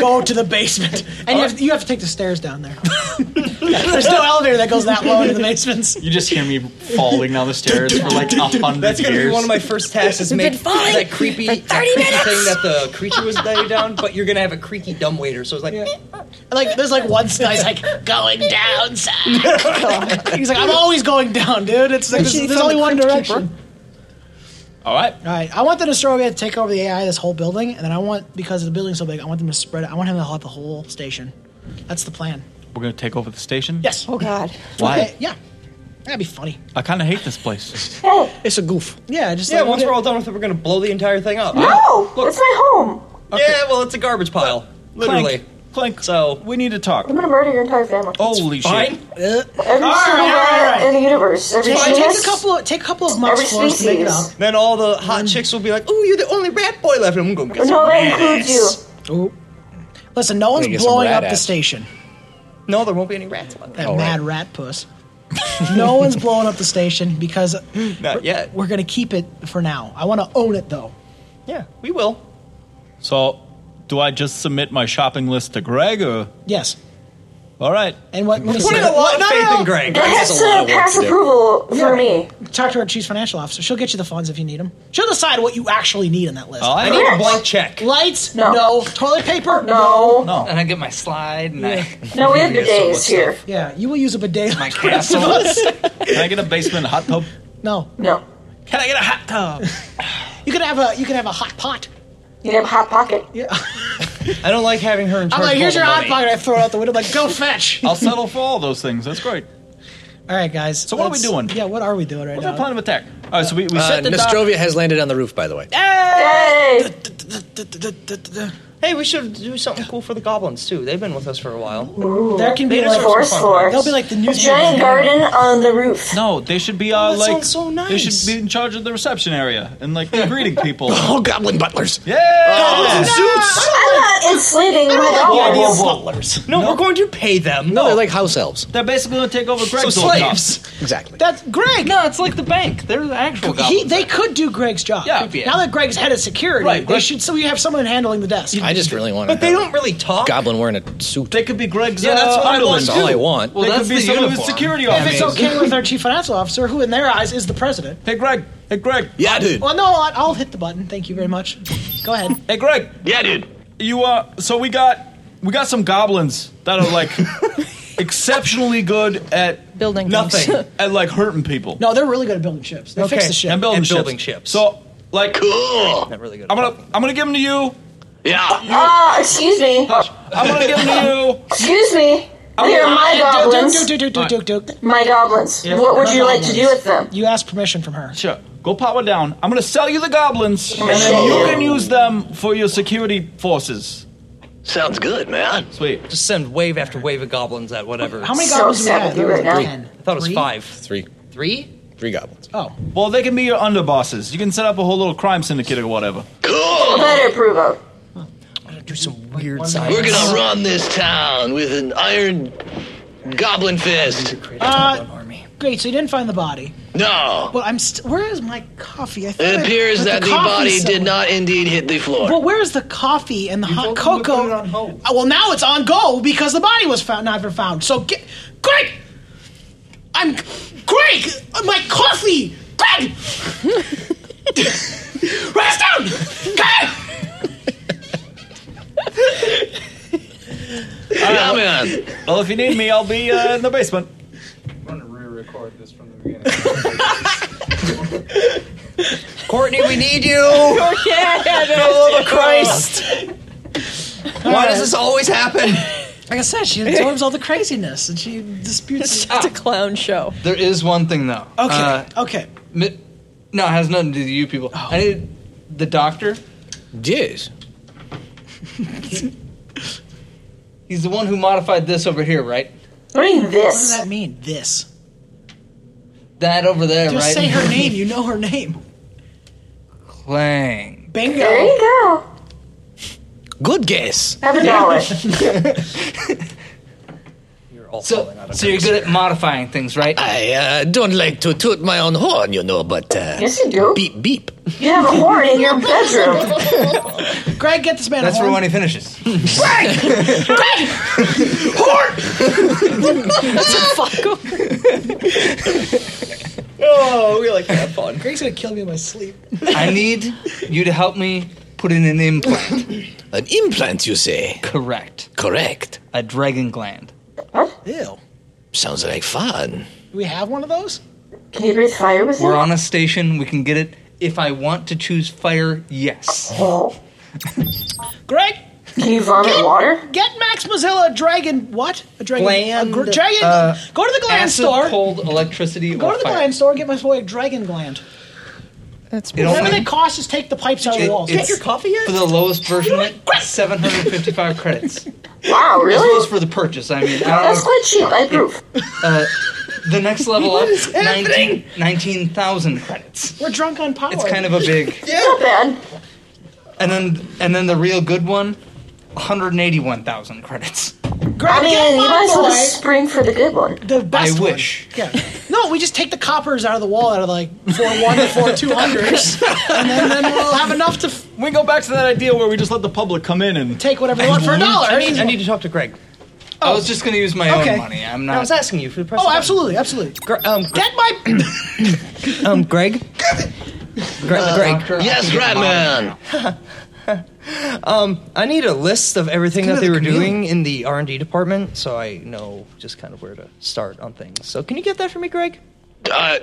C: Go to the basement, Uh. and you, have, you have to take the stairs down there. There's no elevator that goes that low into the basements.
E: You just hear me falling down the stairs for like a hundred
L: That's gonna
E: years.
L: be one of my first tasks. Is
J: We've
L: make
J: been falling
L: that creepy,
J: for 30
L: that creepy
J: minutes.
L: thing that the creature was laying down. But you're gonna have a creaky dumb waiter. So it's like,
C: Like there's like one guy's like going down. Zach."
L: Oh,
C: He's like I'm always going down, dude. It's like
L: Actually,
C: there's,
L: it's
C: there's
L: on
C: only
L: the
C: one
L: crypt
C: direction.
E: All right.
C: All right, I want the Nostrovia to take over the AI of this whole building, and then I want because the building's so big, I want them to spread it. I want him to hop the whole station. That's the plan.
E: We're gonna take over the station.
C: Yes. Oh God.
E: Why?
C: yeah, that'd be funny.
E: I kind of hate this place.
L: it's a goof.
C: Yeah, just
L: yeah.
C: like-
L: once we're all done with it, we're gonna blow the entire thing up.
E: No,
L: it's my home. Yeah, well, it's a garbage pile, literally.
E: Clink. So we need to talk.
D: I'm gonna murder your entire family.
C: Oh,
E: Holy shit!
D: Every single man in the universe. Every
C: Take-
D: genus.
C: take a couple. Take a couple of months for us to make it up.
L: Then all the hot chicks will be like, "Oh, you're the only rat boy left." And I'm gonna get
C: No,
L: some
C: that includes
L: rats.
C: Ooh. Listen, no one's
L: Gonna get some
C: blowing
L: rat
C: up the
L: ass.
C: station.
L: No, there won't be any rats left.
C: That mad rat puss. no one's blowing up the station because
L: Not yet.
C: we're gonna keep it for now. I want to own it though.
L: Yeah, we will.
E: So, do I just submit my shopping list to Greg or?
C: Yes.
E: All right.
C: And what?
E: We're putting a lot of faith in Greg. Greg has a lot of work to do.
C: for me. Talk to our chief financial officer. She'll get you the funds if you need them. She'll decide what you actually need in that list.
H: Oh, I need a Correct. blank check.
C: Lights?
H: No.
C: No. Toilet paper?
H: No.
C: No.
H: No. And I get my slide and I.
C: No, we have
H: Yeah, so
C: bidets
H: what's
C: here.
H: up?
C: Yeah, you will use a bidet.
H: My
C: the rest of
H: castle.
C: us.
E: Can I get a basement hot tub?
C: No.
D: No.
E: Can I get a hot
C: tub? you could have a you could have a hot pot.
D: You can have a hot pocket.
C: Yeah.
L: I don't like having her in charge.
C: I'm like,
L: of
C: here's
L: all
C: your
L: the
C: hot
L: money."
C: pocket. I throw it out the window. I'm like, go fetch.
E: I'll settle for all those things. That's great.
C: All right, guys.
E: So what are we
C: let's-
E: doing?
C: Yeah, what are we doing right
E: What's
C: now?
E: our plan of attack? All right. So we we
A: Uh,
E: set the dock-
A: Nostrovia has landed on the roof, by the way.
L: Hey!
C: Hey!
L: we should do something cool for the goblins too. They've been with us for a while.
E: There can be, like,
D: forest floors.
E: they'll be like the newspaper.
D: giant garden on the roof.
E: No, they should be uh,
D: Oh, that
E: like
D: sounds so
E: they
D: nice.
E: should be in charge of the reception area and like be greeting people.
A: Oh, goblin butlers!
E: Yeah,
L: Goblins in suits.
D: I'm not insulating my
L: I don't like the idea of
D: dollars.
L: butlers. No, we're going to pay them.
A: No, they're like house elves.
E: They're basically going to take over
L: Greg's old job.
A: Exactly.
C: That's Greg.
H: No, it's like the bank. They're the actual
C: He, they could do Greg's job.
L: Yeah.
C: Now that Greg's head of security,
L: Right,
C: they
L: Greg-
C: should. So you have someone handling the desk.
A: I just really want.
C: But they don't
L: really talk.
A: Goblin wearing a suit.
E: They could be Greg's.
A: Yeah, that's
C: uh,
A: what I
C: underling.
A: want. That's all I want.
E: Well, They that's could be the someone who's uniform. security
C: If it's
E: officer.
C: okay with our chief financial officer, who in their eyes is the president.
E: Hey, Greg. Hey, Greg.
A: Yeah, dude.
C: Well, no, I'll, I'll hit the button. Thank you very much. Go ahead.
E: Hey, Greg.
I: Yeah, dude.
E: You uh, so we got we got some goblins that are like exceptionally good at
G: building
E: nothing
C: things.
E: at like hurting people.
C: No, they're really good at building ships. They fix the ship.
E: And building, ships. So like cool. really good. I'm gonna I'm gonna give them to you.
I: Yeah.
D: Ah, excuse me.
E: I'm gonna give them to you.
D: Excuse me. They are my goblins.
C: Duke, Duke, Duke, Duke, Duke, Duke.
D: My goblins. What would you like to do with them?
C: You asked permission from her.
E: Sure. Go power down. I'm gonna sell you the goblins, and then you can use them for your security forces.
I: Sounds good, man.
E: Sweet.
L: Just send wave after wave of goblins at whatever.
I: How many So goblins do we have? savage There was right now. ten.
L: I thought it was
I: Three?
L: five.
A: Three.
L: Three?
A: Three goblins.
C: Oh.
E: Well, they can be your underbosses. You can set up a whole little crime syndicate or whatever.
I: Cool.
D: That I approve of.
L: Do some weird
I: We're gonna run this town with an iron goblin fist.
C: Uh, great. So you didn't find the body.
I: No.
C: Well, I'm. St- where is my coffee? I thought
I: It
C: I
I: appears
C: put
I: that the
C: coffee
I: body did
C: somewhere.
I: not indeed hit the floor.
C: Well, where's the coffee and the hot cocoa? Uh, Well, now it's on go because the body was found, never found. So get, Greg, I'm Greg. My coffee, Greg. Rest down, Greg.
E: Yeah, man. Well, if you need me, I'll be uh, in the basement.
M: Re-record this from the
L: Courtney, we need you.
M: Oh,
L: Love of Christ. Why does this always happen?
C: Like I said, she absorbs all the craziness and she disputes.
G: It's a clown show.
H: There is one thing though. Okay.
C: okay.
H: Mi- no, it has nothing to do with you people.
C: Oh.
H: I need the doctor.
A: Yes.
H: He's the one who modified this over here, right?
D: What do you mean
C: What does that mean? This.
H: That over there,
C: Just
H: right?
C: say her name. You know her name.
H: Clang.
C: Bingo.
D: There you go.
A: Good guess.
D: Have a dollar.
H: so, so you're good at modifying things, right?
A: I uh, don't like to toot my own horn, you know, but uh,
H: Yes, you do.
A: Beep beep.
D: You have a horn in your bedroom.
C: Greg, get this man
H: That's
C: a
H: for
C: horn.
H: when he finishes.
C: Uh-huh. Greg! Greg! Horn!
H: oh, we like to have fun.
C: Greg's gonna kill me in my sleep.
H: I need you to help me put in an implant.
A: An implant, you say?
H: Correct.
A: Correct.
H: A dragon gland.
C: Ew.
A: Sounds like fun.
C: Do we have one of those?
D: Can you breathe fire with
H: We're on a station. We can get it. If I want to choose fire, yes.
C: Greg?
D: Can you vomit
C: get,
D: water?
C: Get Max Mozilla a dragon. What? A dragon.
H: Gland.
C: a gr- dragon.
H: uh,
C: go to the gland
H: acid,
C: store.
H: Cold electricity.
C: Go
H: or
C: to the
H: fire.
C: gland store. and Get my boy a dragon gland.
G: That's
H: It
C: Whatever
H: only-
C: they cost, just take the pipes out of
H: It-
C: the walls.
H: it's- For the lowest version of it, 755 credits.
D: Wow,
H: As
D: really?
H: well as for the purchase, I mean. I don't
D: That's
H: know.
D: quite cheap, I approve.
H: Uh, the next level up,
D: What is
H: 19 19,000 credits.
C: We're drunk on power.
H: It's kind of a big.
D: yeah. Not bad.
H: And then and then the real good one, 181,000 credits.
D: I mean,
C: my
D: you might as well
C: boy.
D: just spring for the good one.
C: The best
H: I
C: one.
H: wish.
C: Yeah. No, we just take the coppers out of the wall out of like four one to four two hundreds, and then, then we'll have enough to f-
E: We go back to that idea where we just let the public come in and
C: take whatever they want for a dollar.
L: I need, I need to talk to Greg.
H: I was just going to use my
L: Okay.
H: own money. I'm
L: I
H: not.
L: was asking you for the price.
C: Oh, absolutely, absolutely.
L: um,
C: Get my
L: um, Greg. Gre-
H: Uh,
L: Greg.
H: doctor, I Yes, can get right, mine
L: man. um, I need a list of everything
H: Come to
L: that they
H: the
L: were
H: community.
L: doing in the R and D department, so I know just kind of where to start on things. So, can you get that for me, Greg?
I: Uh,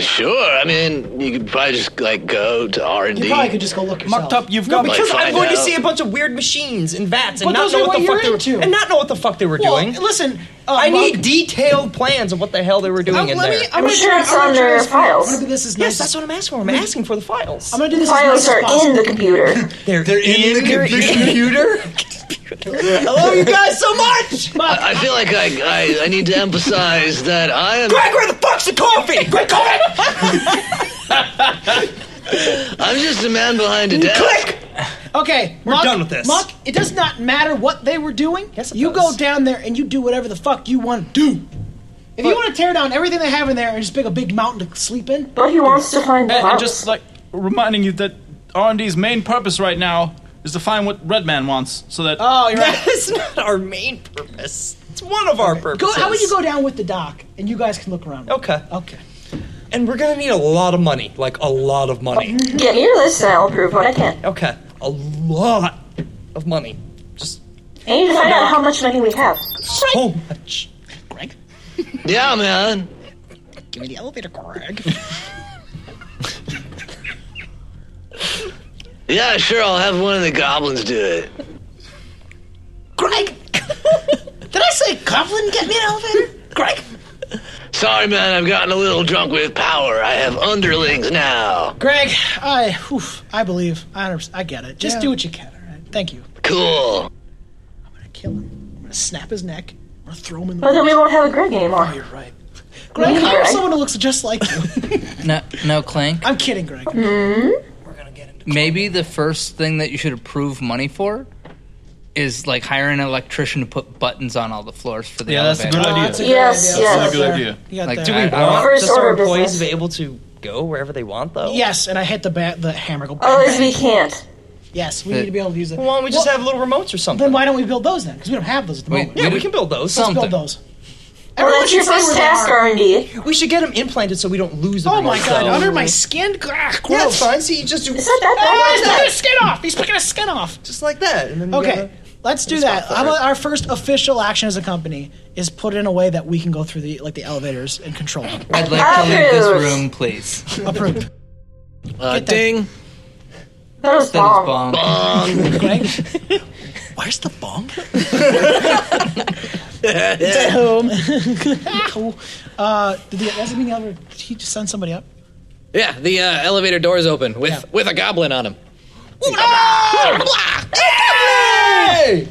I: sure. I mean, you could probably just like go to R and D.
C: just go look
L: yourself.
I: up, you've got-
L: no, because
I: Like,
L: I'm
I: find
L: going to
I: out.
L: see a bunch of weird machines and vats and
C: But
L: not
C: those
L: know
C: are
L: what the
C: what
L: fuck they
C: you're into.
L: were and not know what the fuck they were
C: Well,
L: doing.
C: Listen, uh,
L: I
C: Mark-
L: need detailed plans of what the hell they were doing
C: I'm,
L: in
C: Um, let
L: there.
C: me. I'm, gonna try- I'm gonna try this- I'm gonna do this as nice
L: yes, that's what I'm asking for. I'm asking for the files.
C: I'm gonna do this
D: Files
C: as nice
D: are
C: as possible.
D: in the computer.
L: They're,
I: in the
L: your-
I: computer.
L: I love you guys so much.
I: I, I feel like I, I I need to emphasize that I am.
L: Greg, where the fuck's the coffee? Greg, coffee.
I: I'm just a man behind a desk.
C: Okay,
I: We're
C: Muck,
I: done with this.
C: Muck, it does not matter what they were doing. Yes, you go down there and you do whatever the fuck you want to do. If you want to tear down everything they have in there and just make a big mountain to sleep in,
E: And, and just like reminding you that R and D's main purpose right now is to find what Red Man wants, so that
C: Oh, you're right.
L: That's not our main purpose. It's one of our
C: Go,
L: purposes.
C: how would you go down with the dock and you guys can look around?
L: Okay.
C: Okay.
L: And we're gonna need a lot of money, like a lot of
C: Oh,
L: money.
D: Get me your list and I'll approve what I can.
L: Okay, a lot of money. Just
D: I need to find out how much money we have.
L: so much.
I: Yeah, man.
C: Give me the elevator, Greg.
I: Yeah, sure. I'll have one of the goblins do it.
C: Greg! Did I say goblin? Get me an elevator? Greg!
I: Sorry, man. I've gotten a little drunk with power. I have underlings now.
C: Greg, I, oof, I believe. I, under- I get it. Just do what you can, all right? Thank you.
I: Cool.
C: snap his neck. I'm gonna throw him in the.
D: But then we won't
C: woods.
D: have a Greg anymore.
C: Oh, you're right. Greg,
D: Yeah.
C: hire someone who looks just like you.
H: No, no, Clank.
C: I'm kidding, Greg.
D: Hmm?
H: Maybe the first thing that you should approve money for is like hiring an electrician to put buttons on all the floors for the
E: Yeah, that's a
H: elevator.
E: good idea. That's a good Yes, idea. yes. That's a good idea. You got
H: Like,
E: that.
H: do
E: I-
H: we
E: I
H: want
E: First
H: just
L: Just
H: our
L: our
E: order of
L: employees
E: business.
L: to be able to go wherever they want, though.
C: Yes, and I hit the bat, the hammer. Go.
L: Oh,
C: bang,
L: we
C: bang.
L: can't.
C: Yes, we
L: The-
C: need to be able to use it.
L: Well, why don't we just have little remotes or something?
C: Then why don't we build those then? Because we don't have those at the
L: Wait,
C: moment.
L: we Yeah, we did- can build
C: Let's
L: those. something.
C: build those.
L: Well,
C: Everyone
L: that's
C: should
L: your
C: say
L: first
C: where they
L: task,
C: are.
L: R&D. We should get them implanted so we don't lose them.
C: Oh my god!
L: So-
C: Under my skin, Ugh, gross.
L: Yeah, it's fine. So you just do.
C: Is that that
L: Ah,
C: bad? Why is
L: he's picking
C: that?
L: his skin
C: off. He's picking his skin off.
L: Just like that. And then you
C: Okay,
L: gotta-
C: let's do that. How about our first official action as a company is put in a way that we can go through the like the elevators and control them.
H: I'd like to leave this room, please.
C: Approved.
A: Uh, ding.
D: That
H: was bong.
C: Greg,
A: where's the bong?
C: it's at home. Ow. uh, did the does it mean the elevator? Did he just send somebody up?
A: Yeah, the uh, elevator door's open with with a goblin on him. ah!
C: Hey!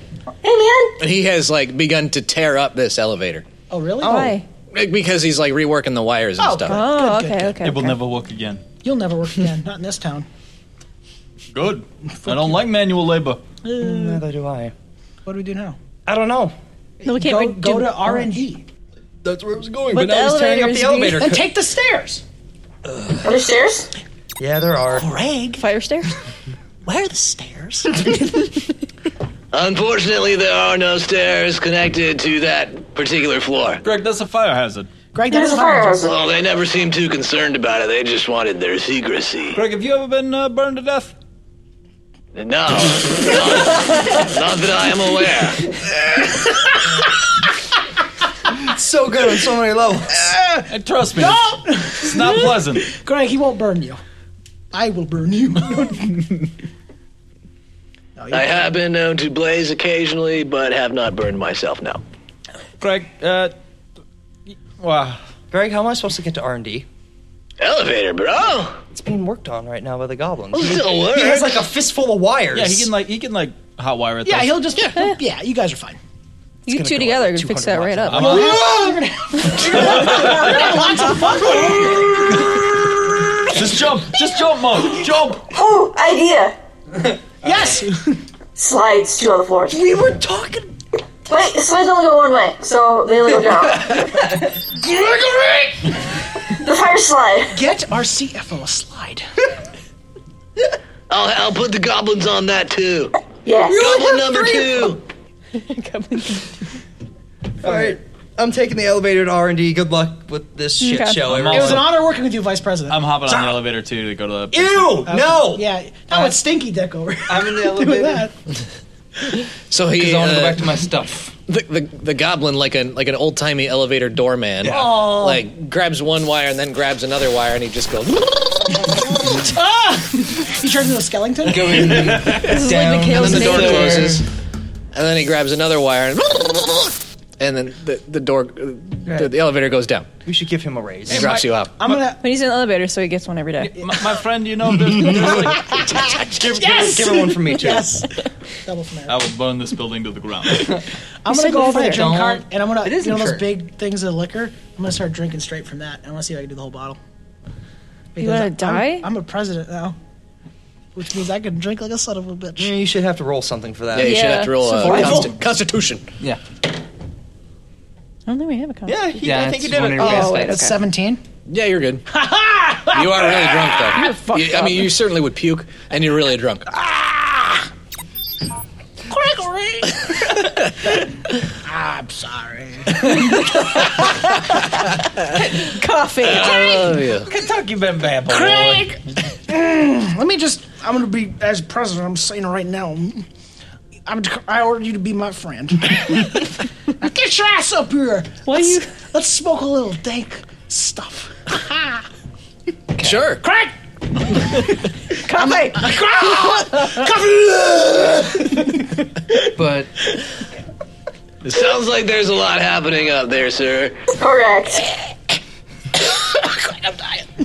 A: And he has like begun to tear up this elevator
C: Oh really?
G: Why?
A: because he's like reworking the wires and
C: Oh,
A: stuff.
G: Oh, okay, okay.
E: It will
G: okay.
E: never work again.
C: You'll never work again. Not in this town.
E: Good. I don't like manual labor.
L: Neither do I.
C: What do we do now?
L: I don't know.
G: No, we can't
C: Go,
G: re-
C: go
G: do-
C: to R and D.
E: That's where I was going,
L: But but now the he's tearing up the elevator.
C: And take the stairs.
D: Are there stairs?
L: Yeah, there are.
C: Greg,
G: fire stairs.
C: Where are the stairs?
I: Unfortunately, there are no stairs connected to that particular floor.
E: Greg, that's a fire hazard.
C: Greg,
I: that
C: that
I: is
C: is a fire hazard.
I: Well, they never seemed too concerned about it. They just wanted their secrecy.
E: Greg, have you ever been uh, burned to death?
I: No, not, not that I am aware.
E: so good on so many levels. and Uh, trust me, it's not pleasant.
C: Greg, he won't burn you. I will burn you.
I: I have been known to blaze occasionally, but have not burned myself. No.
E: Greg, uh, wow.
L: Greg, how am I supposed to get to R&D?
I: Elevator, bro.
L: It's being worked on right now by the goblins.
I: Well,
L: He-
I: still work.
L: he has like a fistful of wires.
E: Yeah, he can like he can like hot wire it.
C: yeah, he'll just. Yeah. you guys are fine.
G: You two together can fix that right up.
E: I'm on Just jump, just jump, Mo, jump.
D: Oh, idea.
C: yes.
D: Slides to all the floors.
L: We were talking.
D: Wait, the slides only go one way, so they only go down.
C: Gregory!
D: the fire slide.
C: Get our CFO a slide.
I: I'll, I'll put the goblins on that too.
D: Yes.
I: Goblin number two.
L: All right, I'm taking the elevator to R&D. Good luck with this shit
C: Okay.
L: show.
E: I'm
C: It was
L: everyone.
C: an honor working with you, Vice President.
E: I'm hopping on the elevator too to go to the.
L: Ew!
C: Uh,
L: No!
C: Yeah. No, it's Stinky Dick over.
L: I'm in the
C: Doing
L: elevator.
C: that.
A: So he. uh,
H: 'Cause I wanna go back to
A: my stuff. The, the, the goblin, like an like an old timey elevator doorman,
H: Yeah.
C: Aw.
A: like grabs one wire and then grabs another wire, and he just goes.
C: ah! He turns into a skeleton.
A: Going
C: this
A: down, and then the door closes, and then he grabs another wire, and, and then the the door, the, the elevator goes down.
L: We should give him a raise.
A: He drops you out.
C: I'm gonna.
G: But he's in an elevator, so he gets one every day.
E: My, my friend, you know, there's, there's like,
L: Give,
C: Yes!
L: give, give him one for me too.
C: Yes. Double from
E: I will burn this building to the ground.
C: I'm
G: You
C: gonna
G: said
C: go
G: you
C: over the
G: forgot.
C: drink cart
G: Don't.
C: and I'm gonna
G: It is
C: you know
G: in
C: those
G: church.
C: big things of liquor. I'm gonna start drinking straight from that. I want to see if I can do the whole bottle.
G: You wanna
C: I'm-
G: die?
C: I'm, a president now, which means I can drink like a son of a bitch.
L: Yeah, you should have to roll something for that.
A: Yeah, you should have to roll a uh,
L: Survival?
A: consti- Constitution.
L: Yeah.
G: I don't think Oh, we have a con.
L: Yeah,
G: he,
A: Yeah, I think he it's did one it. of your best
G: Oh, wait,
A: bets.
G: okay.
C: That's 17.
A: Yeah, you're good. you are really drunk though. You're fucked I mean, you certainly would puke, and you're really drunk.
C: Gregory. I'm sorry.
G: Coffee.
E: Kentucky been bad boy.
C: Craig! Mm, let me just. I'm gonna be as president. I'm saying it right now. I'm. I ordered you to be my friend. Now get your ass up here.
G: Why
C: let's,
G: you-
C: Let's smoke a little dank stuff.
A: Sure.
C: Craig. Coffee.
H: But
I: It sounds like there's a lot happening up there, sir.
D: Correct.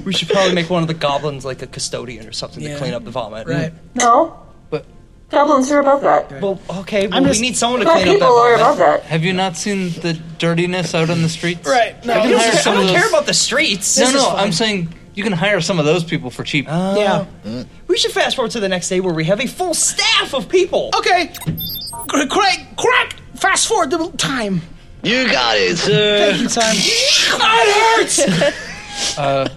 L: We should probably make one of the goblins like a custodian or something to clean up the vomit.
C: Right.
D: No. Goblins are above that.
H: Well,
C: okay,
D: well, we need someone to My clean up people that are above mess. that.
H: Have you not seen the dirtiness out on the streets?
C: Right.
J: No, I don't care- I don't care about the streets.
H: No,
J: This is
H: no.
J: fine.
H: I'm saying you can hire some of those people for cheap.
J: Yeah. We should fast forward to the next day where we have a full staff of people.
C: Okay. Craig, crack! Fast forward the time.
I: You got it, sir.
C: Thank you, time.
I: It
H: Uh,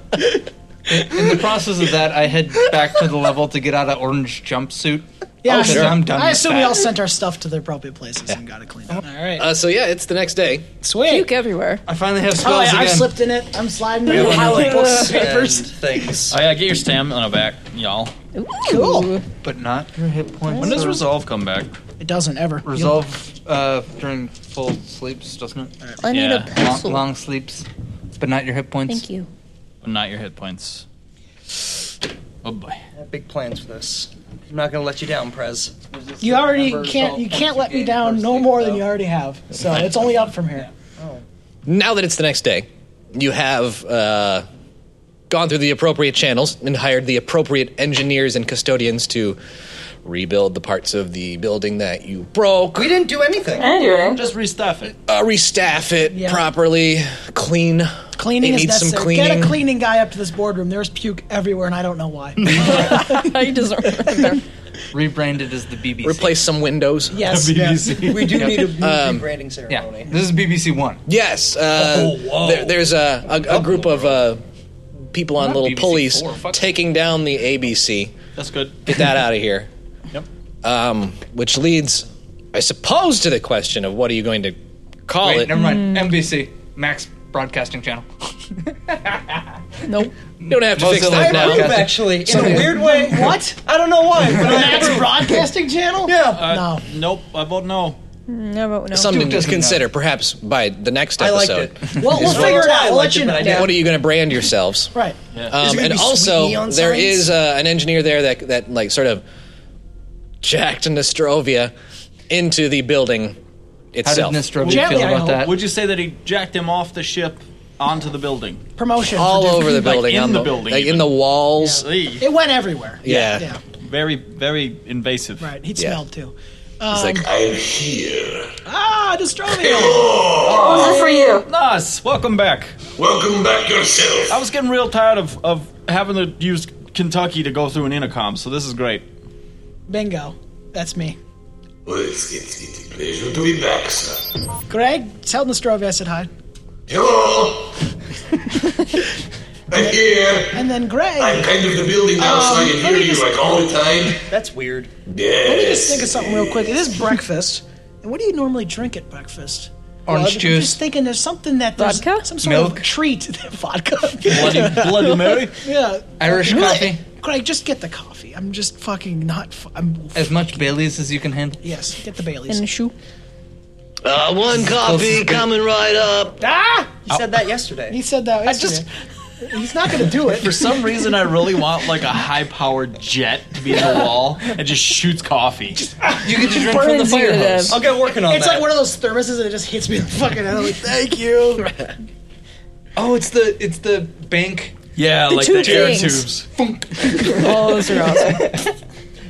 H: in, in the process of that, I head back to the level to get out of orange jumpsuit.
E: Oh,
C: Yeah,
H: because I'm done.
C: I
H: with
C: assume
H: that.
C: we all sent our stuff to the appropriate places and got it cleaned up. All right.
A: Uh, so yeah, it's the next day.
C: Sweet.
G: Puke everywhere.
H: I finally have
C: Oh,
H: spells
C: yeah, I
H: again.
C: slipped in it. I'm sliding
E: We
C: in
E: have
C: the pile of
E: another
C: books,
E: and
C: papers.
E: things. Oh yeah, get your stamina back, y'all.
C: Cool.
H: But not your hit points.
E: When does
H: or-
E: resolve come back?
C: It doesn't ever.
H: Resolve uh, during full sleeps, doesn't it?
E: I need a Yeah.
H: long,
E: pencil.
H: long sleeps, but not your hit points.
G: Thank you.
E: Not your hit points. Oh boy.
L: I have big plans for this. I'm not gonna let you down, Prez.
C: You already
L: Remember,
C: can't.
L: resolve
C: You
L: points
C: can't
L: you
C: let me
L: gain
C: down no more than you already have. So it's only up from here.
A: Now that it's the next day, you have uh, gone through the appropriate channels and hired the appropriate engineers and custodians to rebuild the parts of the building that you broke. We
L: didn't do anything.
D: I didn't do anything.
A: Just restaff it. Uh, restaff it properly. Clean.
C: Cleaning
A: it
C: is
A: needs
C: necessary.
A: some cleaning.
C: Get a cleaning guy up to this boardroom. There's puke everywhere, and I don't know why.
G: he doesn't remember.
H: Rebranded as the BBC.
A: Replace some windows.
C: Yes. The BBC. We do need a
G: Um,
L: rebranding ceremony.
H: This is BBC One.
A: Yes.
H: Oh,
A: Uh, there- there's a, a, a group of uh, people on
H: Not
A: little
H: BBC
A: pulleys
H: four, fuck.
A: taking down the ABC.
E: That's good.
A: Get that out of here. Yep. Um, which leads, I suppose, to the question of what are you going to call
H: Wait,
A: it?
H: never mind.
G: Mm.
H: NBC Max Broadcasting Channel.
G: nope.
A: You don't have to fix
H: Mozilla
A: that
L: I
A: now.
L: approve, actually, in a weird way.
C: What?
L: I don't know why. But I
C: Max
L: approve.
C: Broadcasting Channel.
L: Yeah.
E: Uh, no. Nope. I vote no.
G: No, but no.
A: Something to consider, perhaps by the next
E: I liked
A: episode.
E: it. Well, we'll
A: Is-
E: figure it out. We'll let you know.
A: What are you going to brand yourselves?
C: Right.
A: Um, and also, there is uh, an engineer there that that like sort of jacked Nostrovia into the building itself.
E: Would you say that he jacked him off the ship onto the building?
C: Promotion.
A: All
C: for different-
A: over the
E: Like,
A: building,
E: in
A: on
E: the building
A: like in
E: even.
A: the walls.
C: It went everywhere.
A: Yeah.
C: Yeah.
E: Very, very invasive.
C: Right. He
E: Yeah.
C: smelled too.
E: He's like,
K: I'm here.
C: Ah, Dystrovia!
K: Oh,
D: was it for you?
E: Nas, welcome back.
K: Welcome back yourself.
E: I was getting real tired of, of having to use Kentucky to go through an intercom, so this is great.
C: Bingo. That's me.
K: Well, it's, it's, it's a pleasure to be back, sir.
C: Greg, tell Nostrovia I said hi.
K: Hello. I'm here.
C: And then Greg.
K: I'm kind of the building now, so I
C: Um,
K: can
C: let
K: hear
C: me
K: you
C: just-
K: like all the time.
L: That's weird.
K: Yes.
C: Let me just think of something real quick. It is breakfast. And what do you normally drink at breakfast?
H: Orange
C: I'm
H: juice.
C: just thinking there's something that there's
H: Vodka?
C: some sort
H: Milk?
C: of treat. Vodka.
H: Bloody- Bloody Mary?
C: Yeah.
H: Irish
C: Really?
H: coffee?
C: Greg, just get the coffee. I'm just fucking not. F- I'm.
H: As much Bailey's as you can handle.
C: Yes, get the Bailey's.
G: And shoe.
I: Uh, one coffee coming right up.
C: Ah!
L: You said that yesterday.
C: He said that. Yesterday. I just. He's not gonna do it.
E: For some reason, I really want like a high-powered jet to be in the wall and just shoots coffee.
H: You get
C: drink from the Burns you fire to hose. death.
E: I'll get working on
C: it's
E: that.
C: like one of those thermoses that just hits me in the fucking head. I'm like, thank you.
H: Oh, it's the it's the bank.
E: yeah,
H: The
E: like
H: two
E: the air
H: things.
E: tubes.
G: oh, those are awesome.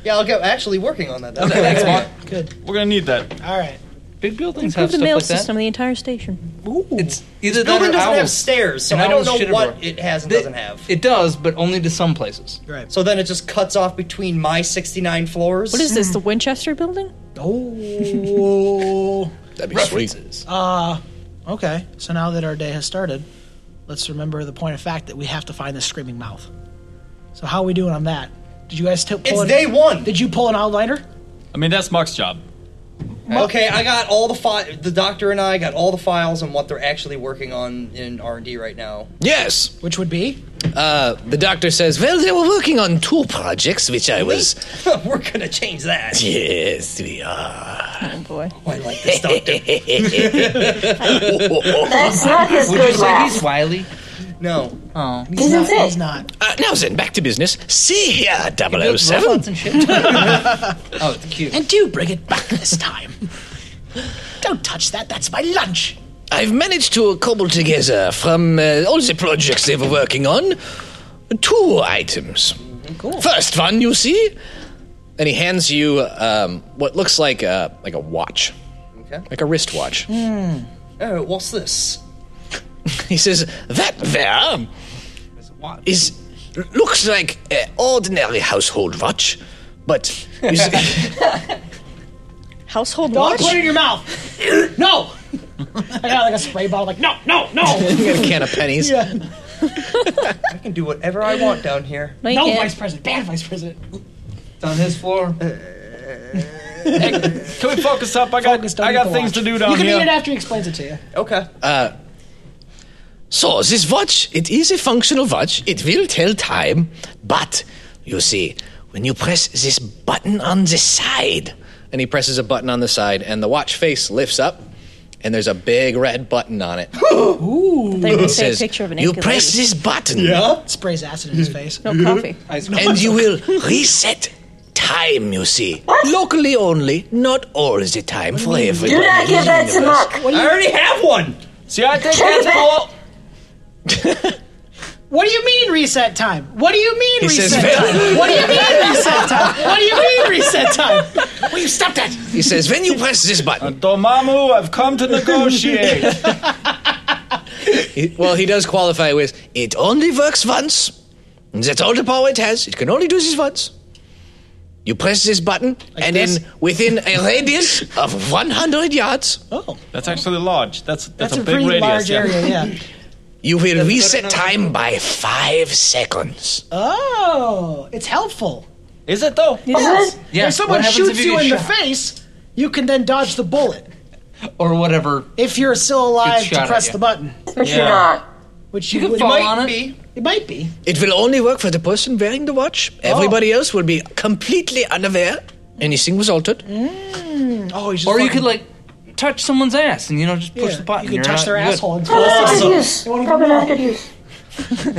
L: Yeah, I'll get actually working on that.
E: Okay, thanks, Mark.
H: Good.
E: We're gonna need that.
C: All right.
H: Big buildings have
G: Improve the
H: stuff
G: mail
H: like that.
G: system, the entire station.
H: It's either
G: This
H: that
G: building
H: or
G: doesn't have
H: owls.
L: stairs, so
H: And
L: I don't
H: owls
L: know
H: shit
L: what
H: everywhere.
L: it has and
H: They-
L: doesn't have.
H: It does, but only to some places.
C: Right.
L: So then it just cuts off between my 69 floors.
G: What is this? The
C: Hmm.
G: Winchester building?
C: Oh.
A: That'd
L: be
A: sweet.
C: Uh, okay. So now that our day has started, let's remember the point of fact that we have to find the screaming mouth. So how are we doing on that? Did you guys t- pull
L: It's
C: an-
L: day one.
C: Did you pull an outliner?
E: I mean, that's Mark's job.
L: Okay, I got all the fi- the doctor and I got all the files on what they're actually working on in R and D right now.
A: Yes.
C: Which would be?
A: Uh, the doctor says, well, they were working on two projects, which I was.
L: We're gonna change that.
A: Yes, we are.
G: Oh boy.
L: I like this doctor.
A: That's
D: not his
H: Would
D: good
H: you say
D: laugh.
H: he's wily?
L: No.
H: Oh.
D: He's not-
C: he's not.
A: Uh, now then, back to business. See here, 007.
H: and shit. oh, it's cute.
C: And do bring it back this time. Don't touch that. That's my lunch.
A: I've managed to cobble together from uh, all the projects they were working on two items. First one, you see, and he hands you um, what looks like a like a watch,
L: Okay.
A: like a wristwatch.
C: Mm.
L: Hmm. Oh, what's this?
A: He says that there is looks like an ordinary household watch, but is,
G: Household
C: Don't
G: watch.
C: put it in your mouth. no. I got like a spray bottle. Like no, no, no.
A: you got a can of pennies.
C: Yeah.
L: I can do whatever I want down here.
C: No, vice president. Bad vice president.
L: It's on his floor.
E: Can we focus up? I got I got things to do down
C: you can
E: here.
C: eat it after he explains it to you.
L: Okay.
A: Uh, so this watch, it is a functional watch. It will tell time, but you see, when you press this button on the side, and he presses a button on the side, and the watch face lifts up, and there's a big red button on it.
C: Ooh.
A: They would It say a says, picture of an "You press ukulele." this button. Yeah.
C: Sprays acid in his face.
A: No coffee. and you will reset time. You see, locally only, not all the time for everyone. in the universe.
L: I already have one.
E: See, I
C: think that's all- What do you mean reset time? What do you mean
A: He
C: reset
A: says-
C: time? What do you mean reset time? What do you mean reset time?
A: Will you stop that? He says, when you press this button.
E: Domamu, I've come to negotiate.
A: He- well, he does qualify with, it only works once. And That's all the power it has. It can only do this once. You press this button, and
E: this?
A: in within a radius of 100 yards.
C: Oh.
E: That's actually large. That's that's,
A: That's
E: a,
A: a
E: big
A: pretty
E: radius.
A: large
E: yeah.
A: area, yeah. You will reset time by five seconds.
C: Oh, it's helpful.
E: Is it though?
C: Yes.
H: Yeah,
C: If
H: what
C: someone
H: happens
C: shoots
H: if
C: you,
H: you get
C: in
H: shot?
C: the face, you can then dodge the bullet
H: or whatever.
C: if you're still alive
H: shot
C: to
H: at
C: press
H: you.
C: the button.
A: But you're Yeah. not.
C: Which
H: You
C: you,
H: can
C: would-
H: fall
C: might
H: on it.
C: be. It might be.
A: It will only work for the person wearing the watch. Everybody else will be completely unaware. Anything was altered.
C: Oh, he's
H: or you could like touch someone's ass and you know just push the button.
C: You can
H: You're not
C: touch their
H: good.
C: asshole. And
L: use.
C: Probably not good use.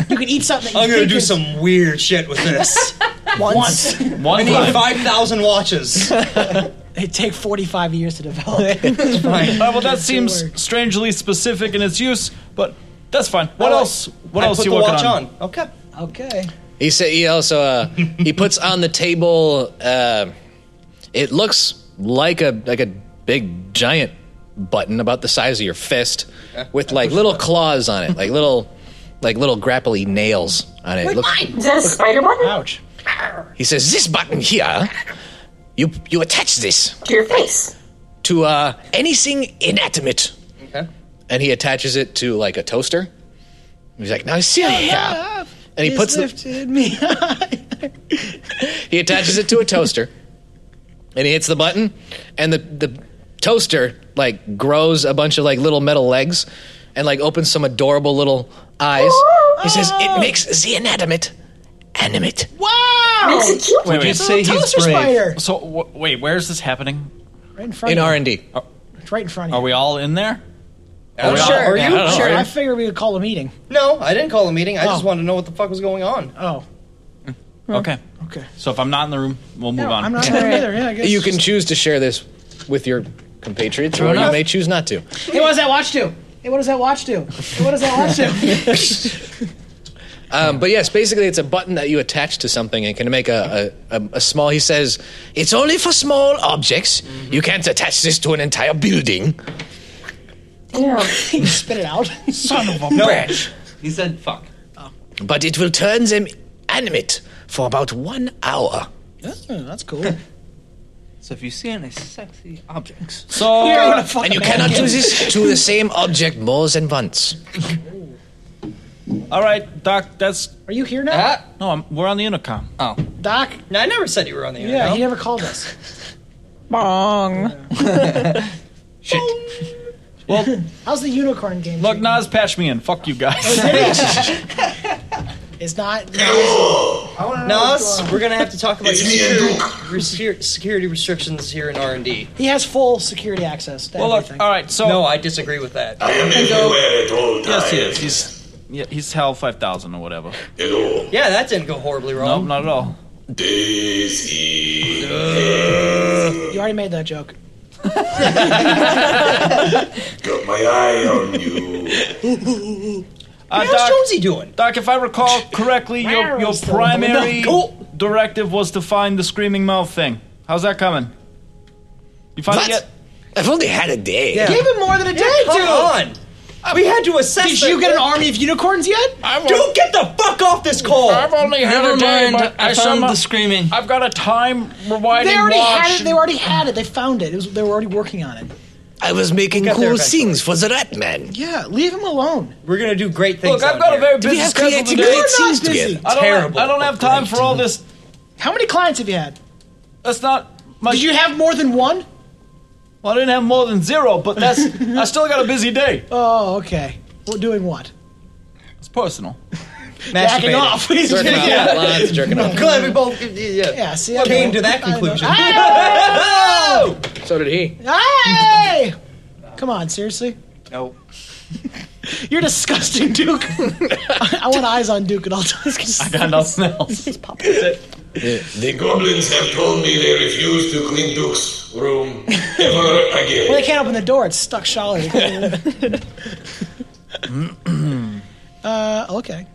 C: You can eat something. that you
L: I'm gonna
C: think
L: do
C: is-
L: some weird shit with this.
C: Once.
L: I
C: One
L: need
C: time.
L: five thousand watches.
C: It'd take 45 years to develop.
E: Uh, well, that seems strangely specific in its use, but that's fine. What
L: I-
E: else? What
L: I
E: else
L: put
E: you
L: the
E: working
L: watch
E: on?
L: on? Okay.
C: Okay.
A: He said he also uh, he puts on the table. Uh, it looks like a like a big giant button about the size of your fist, with like little claws on it, like little like little grapply nails on it. Look-
D: Is that a spider button?
C: Ouch.
A: he says, "This button here, you you attach this
D: to your face
A: to uh, anything inanimate."
L: Okay.
A: And he attaches it to like a toaster. He's like, "Now see here," and he
C: He's
A: puts the,
C: lifted me.
A: He attaches it to a toaster, and he hits the button, and the the toaster like grows a bunch of like little metal legs, and like opens some adorable little eyes. He says it makes the inanimate animate.
C: Wow!
E: Wait, wait.
C: spider.
E: So w- wait, where is this happening?
C: Right in front of you.
A: D.
C: It's right in front of you.
E: Are we all in there?
L: I'm
E: we all-
L: sure. Are you?
E: I don't know,
L: Sure.
E: right?
C: I figured we would call a meeting.
L: No, I didn't call a meeting. I just
C: Oh.
L: wanted to know what the fuck was going on.
C: Oh.
E: Okay.
C: Okay.
E: So if I'm not in the room, we'll move on.
C: I'm not in there either. Yeah, I guess.
A: You can choose to share this with your compatriots,
C: Fair
A: or you
C: enough.
A: may choose not to.
C: Hey, what does that watch do? Hey, what does that watch do? Hey, what does that watch do?
A: Um, but yes, basically, it's a button that you attach to something and can make a, a, a, a small. He says it's only for small objects. You can't attach this to an entire building.
C: Yeah. you spit it out. Son of
A: No. bitch.
H: He said, "Fuck."
A: but it will turn them animate for about one hour.
C: that's cool.
H: So if you see any sexy objects,
E: So
A: and you cannot do this to the same object more than once.
E: All right, Doc. That's.
C: Are you here now?
E: no, I'm, we're on the intercom.
H: Oh,
C: Doc.
L: No, I never said you were on the
C: Yeah,
L: internet.
C: he never called us.
G: Bong.
E: Well,
C: How's the unicorn game?
E: look, Nas patched me in. Fuck you guys.
C: Oh, It's not.
L: Nas, we're gonna have to talk about your
E: It's me and
L: security, resecur- security restrictions here in R and D.
C: He has full security access to
L: Well, uh,
C: everything.
E: All right. So
L: no, I disagree with that.
E: I am
K: everywhere at all
E: Yes, he
K: times.
E: is. He's Oh, yeah, he's Hal five thousand or whatever.
K: Hello.
L: Yeah, that didn't go horribly
E: No,
L: wrong.
E: not at all.
K: This is.
E: Uh.
C: You already made that joke.
K: Got my eye on you.
E: Uh,
L: How's Jonesy doing?
E: Doc, if I recall correctly, your your primary
L: No, go-
E: directive was to find the screaming mouth thing. How's that coming? You finally
A: What?
E: get.
A: I've only had a day.
C: Give him more than a day,
E: come
C: dude.
E: on.
L: We had to assess.
C: Did
L: the-
C: you get an army of unicorns yet?
L: Dude, get the fuck off this call.
E: I've only had
C: Never
E: a day,
C: mind,
E: but
C: I
E: somehow-
C: found the
H: screaming.
E: I've got a time
C: They
E: rewinding
C: already
E: watch.
C: had it. They already had it. They found it. it was, they were already working on it.
A: I was making cool things for the rat man.
C: Yeah, leave him alone.
L: We're gonna do great things.
E: Look, I've
L: out
E: got a
L: here.
E: very busy schedule today.
C: great scenes together.
E: I don't,
L: Terrible.
E: I don't have time for all this.
C: How many clients have you had?
E: That's not. My,
C: Did you have more than one?
E: Well, I didn't have more than zero, but that's. I still got a busy day.
C: Oh, okay. Well, doing what?
E: It's personal.
C: Jacking off. He's
E: Jerking off.
C: yeah.
E: Lots of jerking off.
L: I'm glad we both yeah. Ah!
C: Yeah, see, I
L: came
C: know.
L: to that
C: I know.
L: conclusion.
C: Oh!
A: So did he.
C: Hey! Come on, seriously?
E: No.
C: You're disgusting, Duke. I, I want eyes on Duke at all times. I
E: got nothing else.
K: The goblins have told me they refuse to clean Duke's room ever again.
C: Well, they can't open the door. It's stuck solid. uh, okay.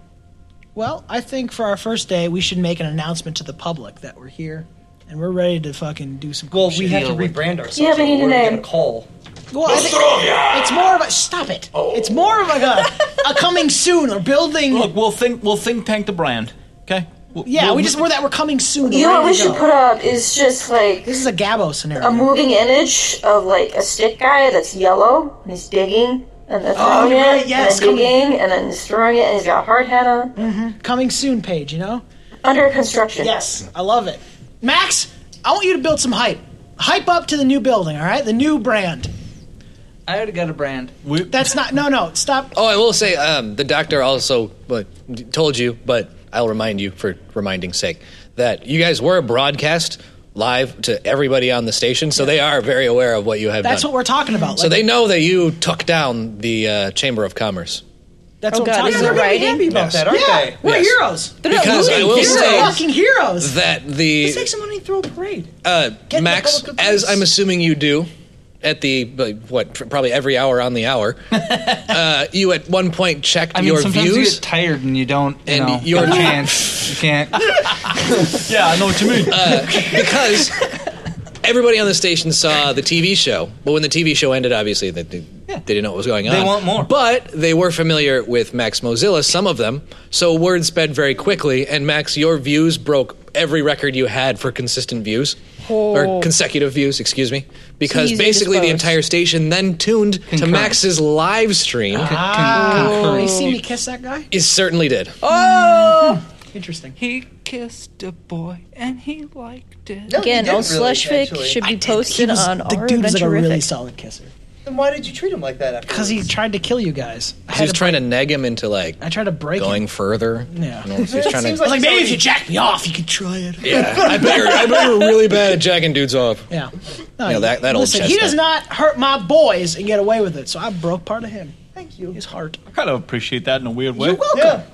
C: Well, I think for our first day, we should make an announcement to the public that we're here and we're ready to fucking do some. Cool
L: Well, we
C: shit.
L: have to rebrand ourselves.
C: Yeah, we need a
L: or we're
C: name.
L: gonna Call.
C: Well, I think
L: Nostrovia!
C: it's more of a stop it. It's more of like a, a coming soon or building.
E: Look, we'll think. We'll think tank the brand. Okay. We'll-
C: yeah,
E: we'll-
C: we just were that we're coming soon.
D: You know what
C: Ready
D: we
C: to
D: should
C: go.
D: put up is just like
C: This is a Gabo scenario.
D: a moving image of like a stick guy that's yellow and he's digging and then
C: Oh,
D: throwing
C: you're
D: it
C: right,
D: and
C: yes,
D: then
C: come-
D: digging and then he's throwing it and he's got a hard hat on.
C: Mm-hmm. Coming soon page, you know?
D: Under construction.
C: Yes, I love it. Max, I want you to build some hype. Hype up to the new building, all right? The new brand.
H: I already got a brand.
C: That's not. No, no, stop.
A: Oh, I will say, um, the doctor also well, d- told you, but I'll remind you for reminding's sake, that you guys were broadcast live to everybody on the station, so they are very aware of what you have
C: That's
A: done.
C: what we're talking about.
A: so they know that you took down the uh, Chamber of Commerce.
C: That's
G: Oh,
C: what
G: God,
C: I'm
G: is
C: talking
G: it
C: about. They're really
G: writing?
C: happy about
A: Yes.
C: that, aren't
A: Yeah,
C: they? We're
A: Yes.
C: heroes.
A: Because I will
C: heroes.
A: say
C: fucking heroes.
A: that the
C: Let's make some money and throw a parade.
A: Uh, Max, as I'm assuming you do, at the uh, what pr- probably every hour on the hour, uh, you at one point checked
H: I mean,
A: your
H: sometimes
A: views.
H: you get tired and you don't, you
A: And
H: know,
A: you're-
H: you can't, you can't.
E: yeah, I know what you mean.
A: Uh, because everybody on the station saw the TV show, but when the TV show ended, obviously they, they, they didn't know what was going on.
H: They want more.
A: but they were familiar with Max Mozilla, some of them. So word sped very quickly, and Max, your views broke every record you had for consistent views
G: Oh.
A: or consecutive views, excuse me, because
G: Seizing
A: basically the
G: disposed.
A: entire station then tuned to
G: Concurrent.
A: Max's live stream.
C: Ah, you see me kiss that guy?
A: It certainly did.
G: Oh!
C: Interesting.
H: He kissed a boy and he liked it.
G: Again, all slushfic should be posted on
C: the
G: our
C: dude was like a really
G: adventurific.
C: solid kisser.
L: Then why did you treat him like that? After
C: Because he tried to kill you guys.
A: She was trying to nag him into like
C: I tried to break
A: going further.
C: Yeah,
A: you know, she was
C: It
A: trying
C: seems
A: to.
C: like, maybe if you jack me off, you could try it.
A: Yeah, I bet her. I bet her really bad at jacking dudes off.
C: Yeah.
A: You know, that- that old
C: Listen, he
A: chestnut.
C: does not hurt my boys and get away with it, so I broke part of him. Thank you. His heart.
E: I kind of appreciate that in a weird way.
C: You're welcome.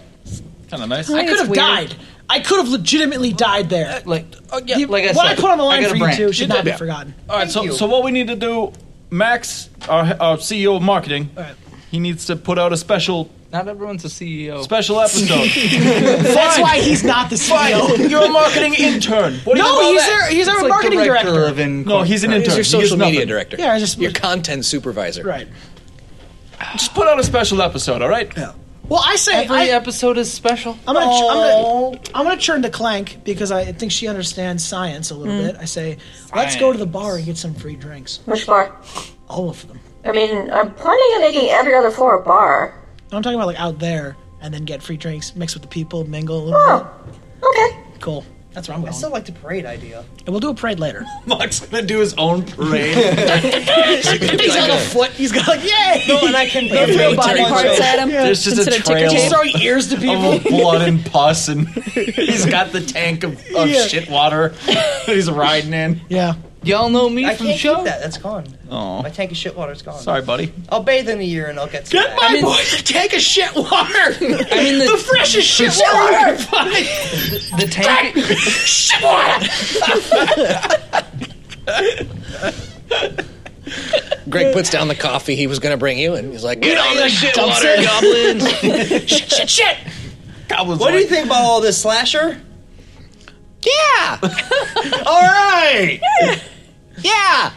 E: Kind of nice.
C: I could have died. I could have legitimately died there.
H: Like,
E: yeah,
H: Oh, like I
C: what I
H: said,
C: put on the
H: I
C: line
H: got a
C: for you
H: brand.
C: two should
E: You
C: not
E: did,
C: be
E: yeah.
C: forgotten.
E: All right, so, so what we need to do, Max, our, our CEO of marketing, he needs to put out a special
H: Not everyone's a E CEO.
E: special episode.
C: That's
E: Fine.
C: why he's not the CEO.
E: Fine. You're a marketing intern. What do you think
C: No,
E: about
C: he's
E: that?
C: our- he's our It's like marketing director director. of in-
E: no, he's an
A: He's
E: intern.
A: your
E: He
A: social
E: gets
A: media
E: nothing.
A: director.
C: Yeah, I just-
A: your content supervisor.
C: Right.
E: Just put out a special episode, all right? Yeah.
C: Well, I say
H: Every
C: I,
H: episode is special.
C: I'm gonna, I'm gonna I'm gonna turn to Clank because I think she understands science a little bit. I say, let's go to the bar and get some free drinks.
D: Which bar?
C: All of them.
D: I mean, I'm planning on making every other floor a bar.
C: I'm talking about like out there and then get free drinks, mix with the people, mingle a little
D: Oh,
C: Mm-hmm. bit. Cool. That's where I'm
L: I
C: going.
L: still like the parade idea.
C: And we'll do a parade later.
E: Mark's gonna do his own parade.
C: he's got a foot. He's got like, yay!
L: No, and I can
C: Throw
E: Military
C: body
E: trail.
C: parts at
G: him.
E: There's just
G: Instead
E: a
G: of ticker
E: trail
G: tape.
C: Just throwing ears to people.
A: Oh.
E: of blood and pus, and he's got the tank of, of
C: Yeah.
E: shit water that he's riding in.
C: Yeah.
H: Y'all know me
L: I
H: from the
L: can't
H: show.
L: keep that. That's gone.
E: Oh,
L: My tank of shit water's gone.
E: sorry, buddy.
L: I'll bathe in a year and I'll get some. back.
C: My boy, take a shit water. I
H: mean, the-
C: the freshest shit water. Fine.
H: The tank.
C: shit water.
A: Greg puts down the coffee he was going to bring you, and he's like, "Get all this shit
C: dumps
A: water,
C: it.
A: goblins!"
C: Shit, shit, shit.
E: Goblin's
L: What do
E: like,
L: you think about all this slasher?
A: Yeah.
E: All right.
A: Yeah.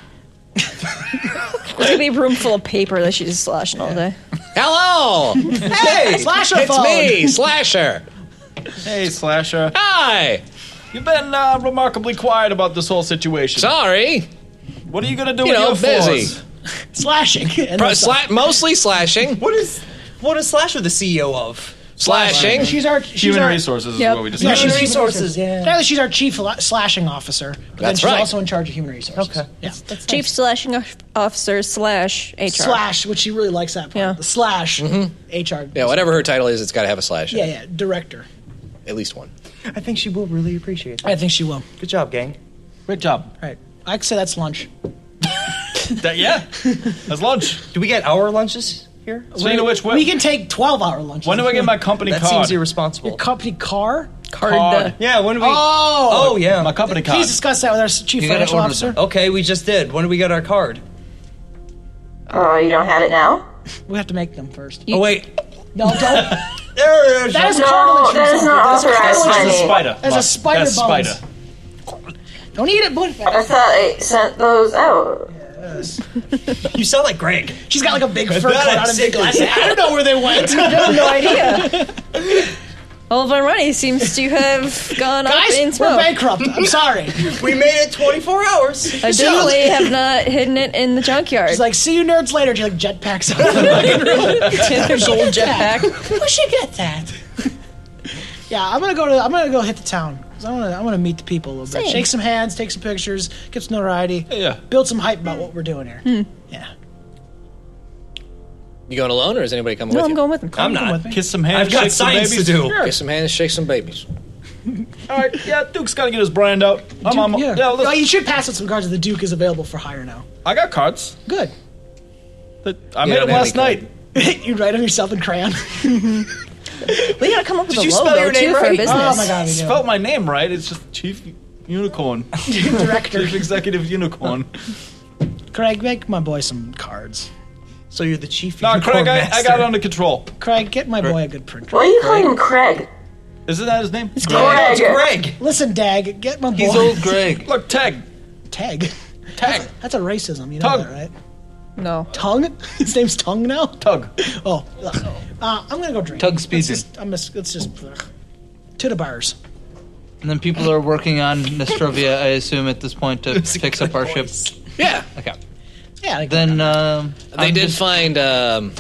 G: There's gonna be a room full of paper that she's slashing all day.
A: Hello. Hey.
G: Slasher
A: It's
G: phone.
A: me, Slasher.
E: Hey, Slasher.
A: Hi.
E: You've been uh, remarkably quiet about this whole situation.
A: Sorry.
E: What are you gonna do
A: You
E: with
A: know,
E: your
A: busy.
E: force?
C: slashing.
A: Pro- sla- mostly slashing.
E: What is
L: what is Slasher the CEO of?
A: Slashing.
C: She's our she's our,
L: Yeah, human resources. Yeah.
C: Apparently, she's our chief la- slashing officer. But then
A: That's
C: she's
A: right.
C: also in charge of human resources. Okay. Yeah.
G: Chief slashing of- officer slash HR.
C: Slash, which she really likes that part. The slash HR.
A: Mm-hmm. Yeah, whatever her title is, it's got to have a slash. in
C: Yeah,
A: it.
C: yeah. Director.
A: At least one.
L: I think she will really appreciate that.
C: I think she will.
L: Good job, gang.
E: Great job.
C: All right. I could say that's lunch.
E: That, yeah. That's lunch.
L: Do we get hour lunches here?
E: Speaking of which,
C: we can take twelve-hour lunches.
E: When do I get my company
L: that
E: card?
L: seems irresponsible.
C: Your company car?
E: Card.
L: Yeah, when do we?
C: Oh.
L: oh yeah,
E: My company card.
C: Please discuss that with our chief financial officer.
L: Okay, we just did. When do we get our card?
D: Oh, you don't have it now?
C: We have to make them first.
L: oh wait,
C: No, don't.
L: there
C: that is
D: No,
C: cartilage.
D: that is
C: from
D: not
C: something.
D: authorized,
C: cartilage
D: honey.
C: from-
D: That's a spider.
C: That's a
D: That's
C: spider
E: That's
C: bone.
E: spider.
C: Don't eat it, Boone.
D: I thought I sent those out.
L: you sound like Greg.
C: She's got like a big
L: I
C: fur
L: thought
C: coat
L: I'd
C: on and
L: seen
C: big
L: it.
C: glasses. I don't know where they went.
G: I have no idea. Oliver Runny seems to have gone up
C: Guys,
G: in
C: we're
G: smoke.
C: bankrupt. I'm sorry.
L: We made it 24 hours.
G: I definitely have not hidden it in the junkyard.
C: She's like, see you nerds later. She like jetpacks out of the fucking room.
G: Their gold jetpack.
C: Where she get that? yeah, I'm gonna go to. I'm gonna go hit the town. 'Cause I want to. I want to meet the people a little bit.
G: Same.
C: Shake some hands, take some pictures, get some notoriety,
E: Yeah.
C: build some hype about what we're doing here. Yeah.
A: You going alone, or is anybody coming
G: No,
A: with
G: I'm
A: you?
G: going with him.
C: Um,
E: I'm not. Kiss some hands.
L: I've got
E: shake some
L: science to
E: babies.
L: do. Sure.
A: Kiss some hands, shake some babies.
E: All right. Yeah, Duke's got to get his brand out. I'm,
C: Duke,
E: I'm,
C: yeah.
E: yeah, let's-
C: Oh, you should pass out some cards. that The Duke is available for hire now.
E: I got cards.
C: Good.
E: That I
A: Yeah,
E: made them
A: that'd
E: last
A: be good.
E: night.
C: you write them yourself in crayon.
G: We gotta come up with
E: Did
G: a
E: you
G: logo
E: spell your name
G: too
E: right?
G: for a business.
C: Oh my god, we do.
E: Spelled my name right. It's just Chief Unicorn,
C: Director
E: Chief Executive Unicorn.
C: Craig, make my boy some cards.
L: So you're the chief.
E: no,
L: unicorn
E: Craig, I, I
L: master.
E: got it under control.
C: Craig, get my boy a good print.
D: Why are you calling him Craig?
E: Isn't that his name? It's
L: Oh, it's
D: Greg.
L: Greg.
C: Listen, Dag, get my boy.
H: He's old Greg.
E: Look, Tag.
C: Tag.
E: Tag.
C: That's a racism. You know
E: Tongue.
C: that, right?
G: No.
C: Tongue. His name's Tongue now.
E: Tug.
C: Oh, uh, I'm gonna go drink.
H: Tug
C: Let's
H: Speedman.
C: just, I'm just, let's just ugh. to the bars.
H: And then people are working on Nostrovia, I assume, at this point to fix up our ship.
A: Yeah.
H: Okay.
C: Yeah. Like,
H: Then um,
A: They
H: I'm
A: did
H: just-
A: find. Um,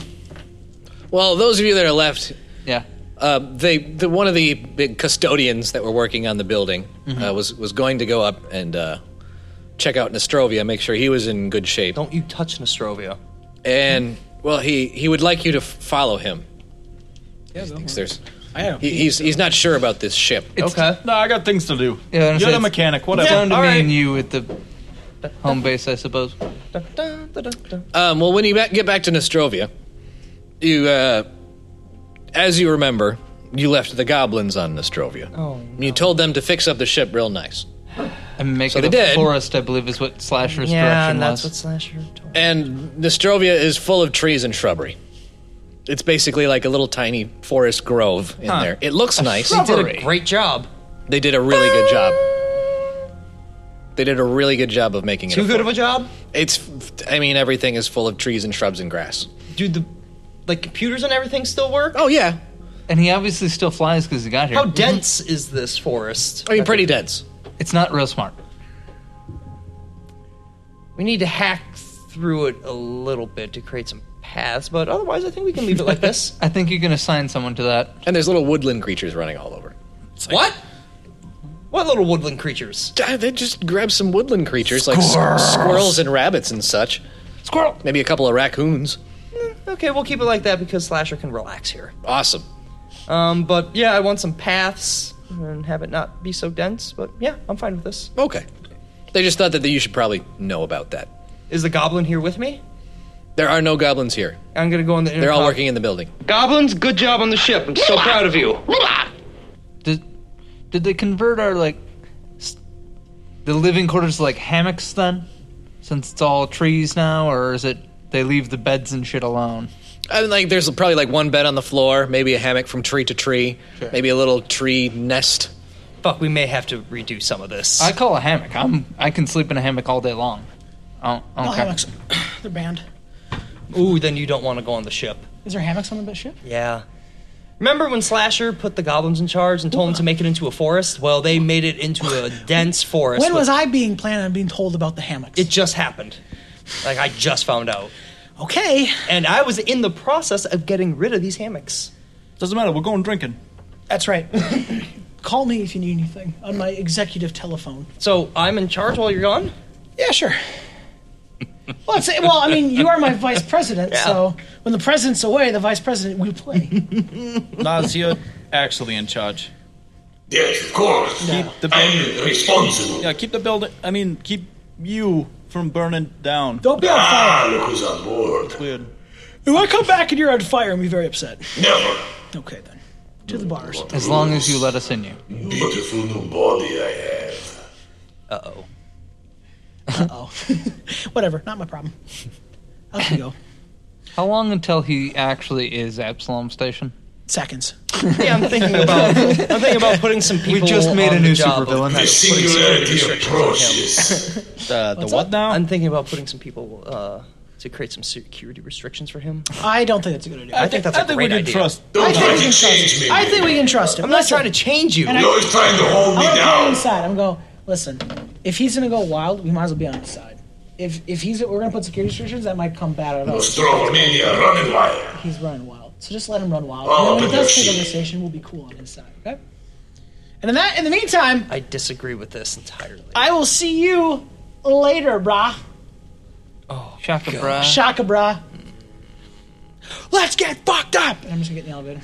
A: well, those of you that are left,
H: yeah.
A: uh, they the, one of the big custodians that were working on the building uh, was was going to go up and uh, check out Nostrovia, make sure he was in good shape,
L: Don't you touch Nostrovia.
A: and well, he he would like you to f- follow him. Yeah, he thinks there's.
C: I don't.
A: He, he's he's not sure about this ship.
L: Okay.
E: No, I got things to do.
H: Yeah, I'm
E: You're the
H: saying-
E: mechanic. Whatever.
H: It's down to
E: All
H: me
E: right.
H: and you at the home base, I suppose.
A: Um, well, when you ba- get back to Nostrovia, you, uh, as you remember, you left the goblins on Nostrovia. Oh, You told them to fix up the ship real nice.
H: And make
A: So
H: it
A: they
H: a
A: did.
H: forest, I believe, is what Slasher's
L: Yeah,
H: direction
L: and that's
H: was.
L: what Slasher told me.
A: And Nostrovia is full of trees and shrubbery. It's basically like a little tiny forest grove in there. It looks nice.
L: They did a great job.
A: They did a really good job. They did a really good job of making it.
L: Too good of a
A: forest.
L: job?
A: It's, I mean, everything is full of trees and shrubs and grass.
L: Dude, the like computers and everything still work?
A: Oh yeah,
H: and he obviously still flies because he got here.
L: How dense is this forest?
A: I mean, pretty dense.
H: It's not real smart.
L: We need to hack through it a little bit to create some paths, but otherwise I think we can leave it like this.
H: I think you can assign someone to that.
A: And there's little woodland creatures running all over.
L: what? What little woodland creatures?
A: Uh, They just grab some woodland creatures like s- squirrels and rabbits and such.
L: Squirrel. Eh,
A: Maybe a couple of raccoons.
L: Okay, we'll keep it like that because Slasher can relax here.
A: Awesome.
L: Um, but yeah, I want some paths and have it not be so dense, but yeah, I'm fine with this.
A: Okay. They just thought that you should probably know about that.
L: Is the goblin here with me?
A: There are no goblins here.
L: I'm gonna go in the
A: They're all
L: intercom.
A: working in the building.
I: Goblins, good job on the ship. I'm so proud of you.
H: Did did they convert our like s- the living quarters to, like hammocks then? Since it's all trees now, or is it they leave the beds and shit alone?
A: I mean, like, there's probably like one bed on the floor, maybe a hammock from tree to tree, maybe a little tree nest.
L: If fuck, we may have to redo some of this.
H: I call a hammock. I'm I can sleep in a hammock all day long. Oh,
C: No
H: okay.
C: hammocks. They're banned.
L: Ooh, then you don't want to go on the ship.
C: Is there hammocks on the ship?
L: Yeah. Remember when Slasher put the goblins in charge and told them to make it into a forest? Well, they made it into a dense forest.
C: when
L: with-
C: was I being planned on being told about the hammock?
L: It just happened. Like I just found out.
C: Okay.
L: And I was in the process of getting rid of these hammocks.
E: Doesn't matter. We're going drinking.
C: That's right. Call me if you need anything on my executive telephone.
L: So I'm in charge while you're gone.
C: Yeah, sure. Well, it's, well, I mean, you are my vice president, so when the president's away, the vice president we play.
E: Naz, you're actually in charge.
I: Yes, of course.
E: Keep the
I: I'm responsible.
E: Yeah, keep the building. I mean, keep you from burning down.
C: Don't be on Ah, fire. look
I: who's on board.
E: Weird.
C: If I come back and you're on fire, I'm very upset.
I: Never.
C: Okay then, to the bars.
H: As long as you let us in you.
I: Beautiful new body I have.
L: Uh oh.
C: Uh-oh. Whatever, not my problem. Out you go.
H: How long until he actually is Absalom Station?
C: Seconds.
L: Yeah, I'm thinking about. I'm thinking about putting some people.
H: We just made
L: on
H: a new
L: the job
H: supervillain.
L: of-
E: Uh, The,
L: What's
E: what now?
L: I'm thinking about putting some people uh, to create some security restrictions for him.
C: I don't think that's a good idea.
L: I think that's a great idea.
C: I think we can trust him. I think we can trust him.
L: I'm not
C: Listen.
L: trying to change you.
C: And I-
L: You're always trying to hold
C: I'm
L: me
C: gonna put him
L: down.
C: inside. I'm going. Listen, if he's gonna go wild, we might as well be on his side. If if he's we're gonna put security restrictions, that might come bad on us.
I: Nostromonia running wild.
C: He's running wild. So just let him run wild.
I: Oh,
C: and then when he does
I: but
C: take over
I: she-
C: the station, we'll be cool on his side. Okay. And in that, in the meantime,
L: I disagree with this entirely.
C: I will see you later, brah.
H: Shaka
L: Uh.
H: bra.
C: Shaka brah. Let's get fucked up. And I'm just gonna get in the elevator.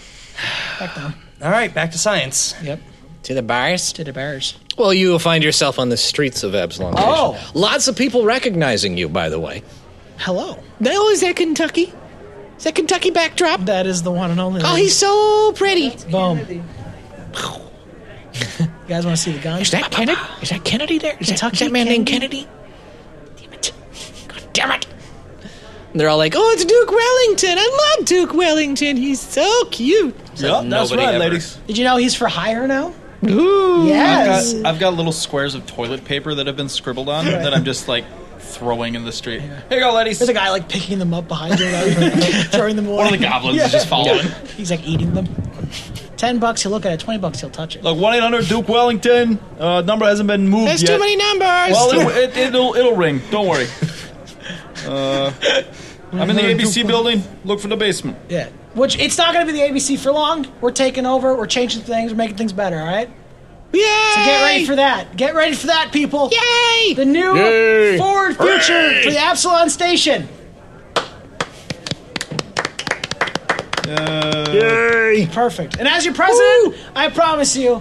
C: Back down.
L: All right, back to science.
C: Yep.
A: To the bars?
C: To the bars.
A: Well, you will find yourself on the streets of Absalom. Station.
C: Oh.
A: Lots of people recognizing you, by the way.
C: Hello.
A: No, is that Kentucky? Is that Kentucky backdrop?
C: That is the one and only.
A: Oh, he's so pretty.
C: Boom. You guys want to see the gun? Is
A: that Kennedy? Is that Kennedy there? Is that, is that man named Kennedy? Damn it. They're all like, oh, it's Duke Wellington. I love Duke Wellington. He's so cute.
E: Yup, that's
A: Nobody
E: right,
A: ever.
E: ladies.
C: Did you know he's for hire now? Oh
A: Ooh.
C: Yes.
E: I've got, I've got little squares of toilet paper that have been scribbled on that I'm just like throwing in the street. Here you go, ladies.
C: There's a guy like picking them up behind you, like, throwing them away.
E: One of the goblins is just following.
C: He's like eating them. Ten bucks, he'll look at it. Twenty bucks, he'll touch it.
E: Look, one eight hundred Duke Wellington. Uh, number hasn't been moved
C: There's
E: yet.
C: too many numbers.
E: Well, it, it, it'll it'll ring. Don't worry. Uh, I'm in the ABC building. Look for the basement.
C: Yeah. Which it's not going to be the ABC for long. We're taking over. We're changing things. We're making things better. All right. Yeah. So get ready for that. Get ready for that, people. Yay! The new
N: Yay.
C: forward future
N: Hooray.
C: for the Absalon Station.
E: Yay!
C: Perfect. And as your president, I promise you,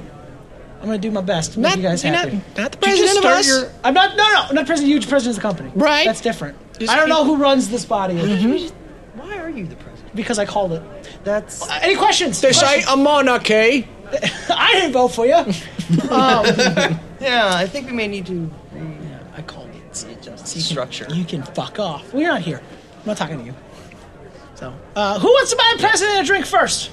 C: I'm going to do my best to make
N: Not-
C: you guys
N: you're not-
C: happy.
N: not the
C: Did you
N: president of
C: start
N: us?
C: your- I'm not. No, no, I'm not president. You're president of the company. Right. That's different. I don't know who runs this body.
L: Why are you the president?
C: Because I called it. That's any questions?
A: They say a monarchy.
C: I didn't vote for you. um,
L: yeah, I think we may need to. uh,
C: I called it. See, just
L: structure.
C: You can fuck off. We're not here. I'm not talking to you. So, uh, who wants to buy a president a drink first?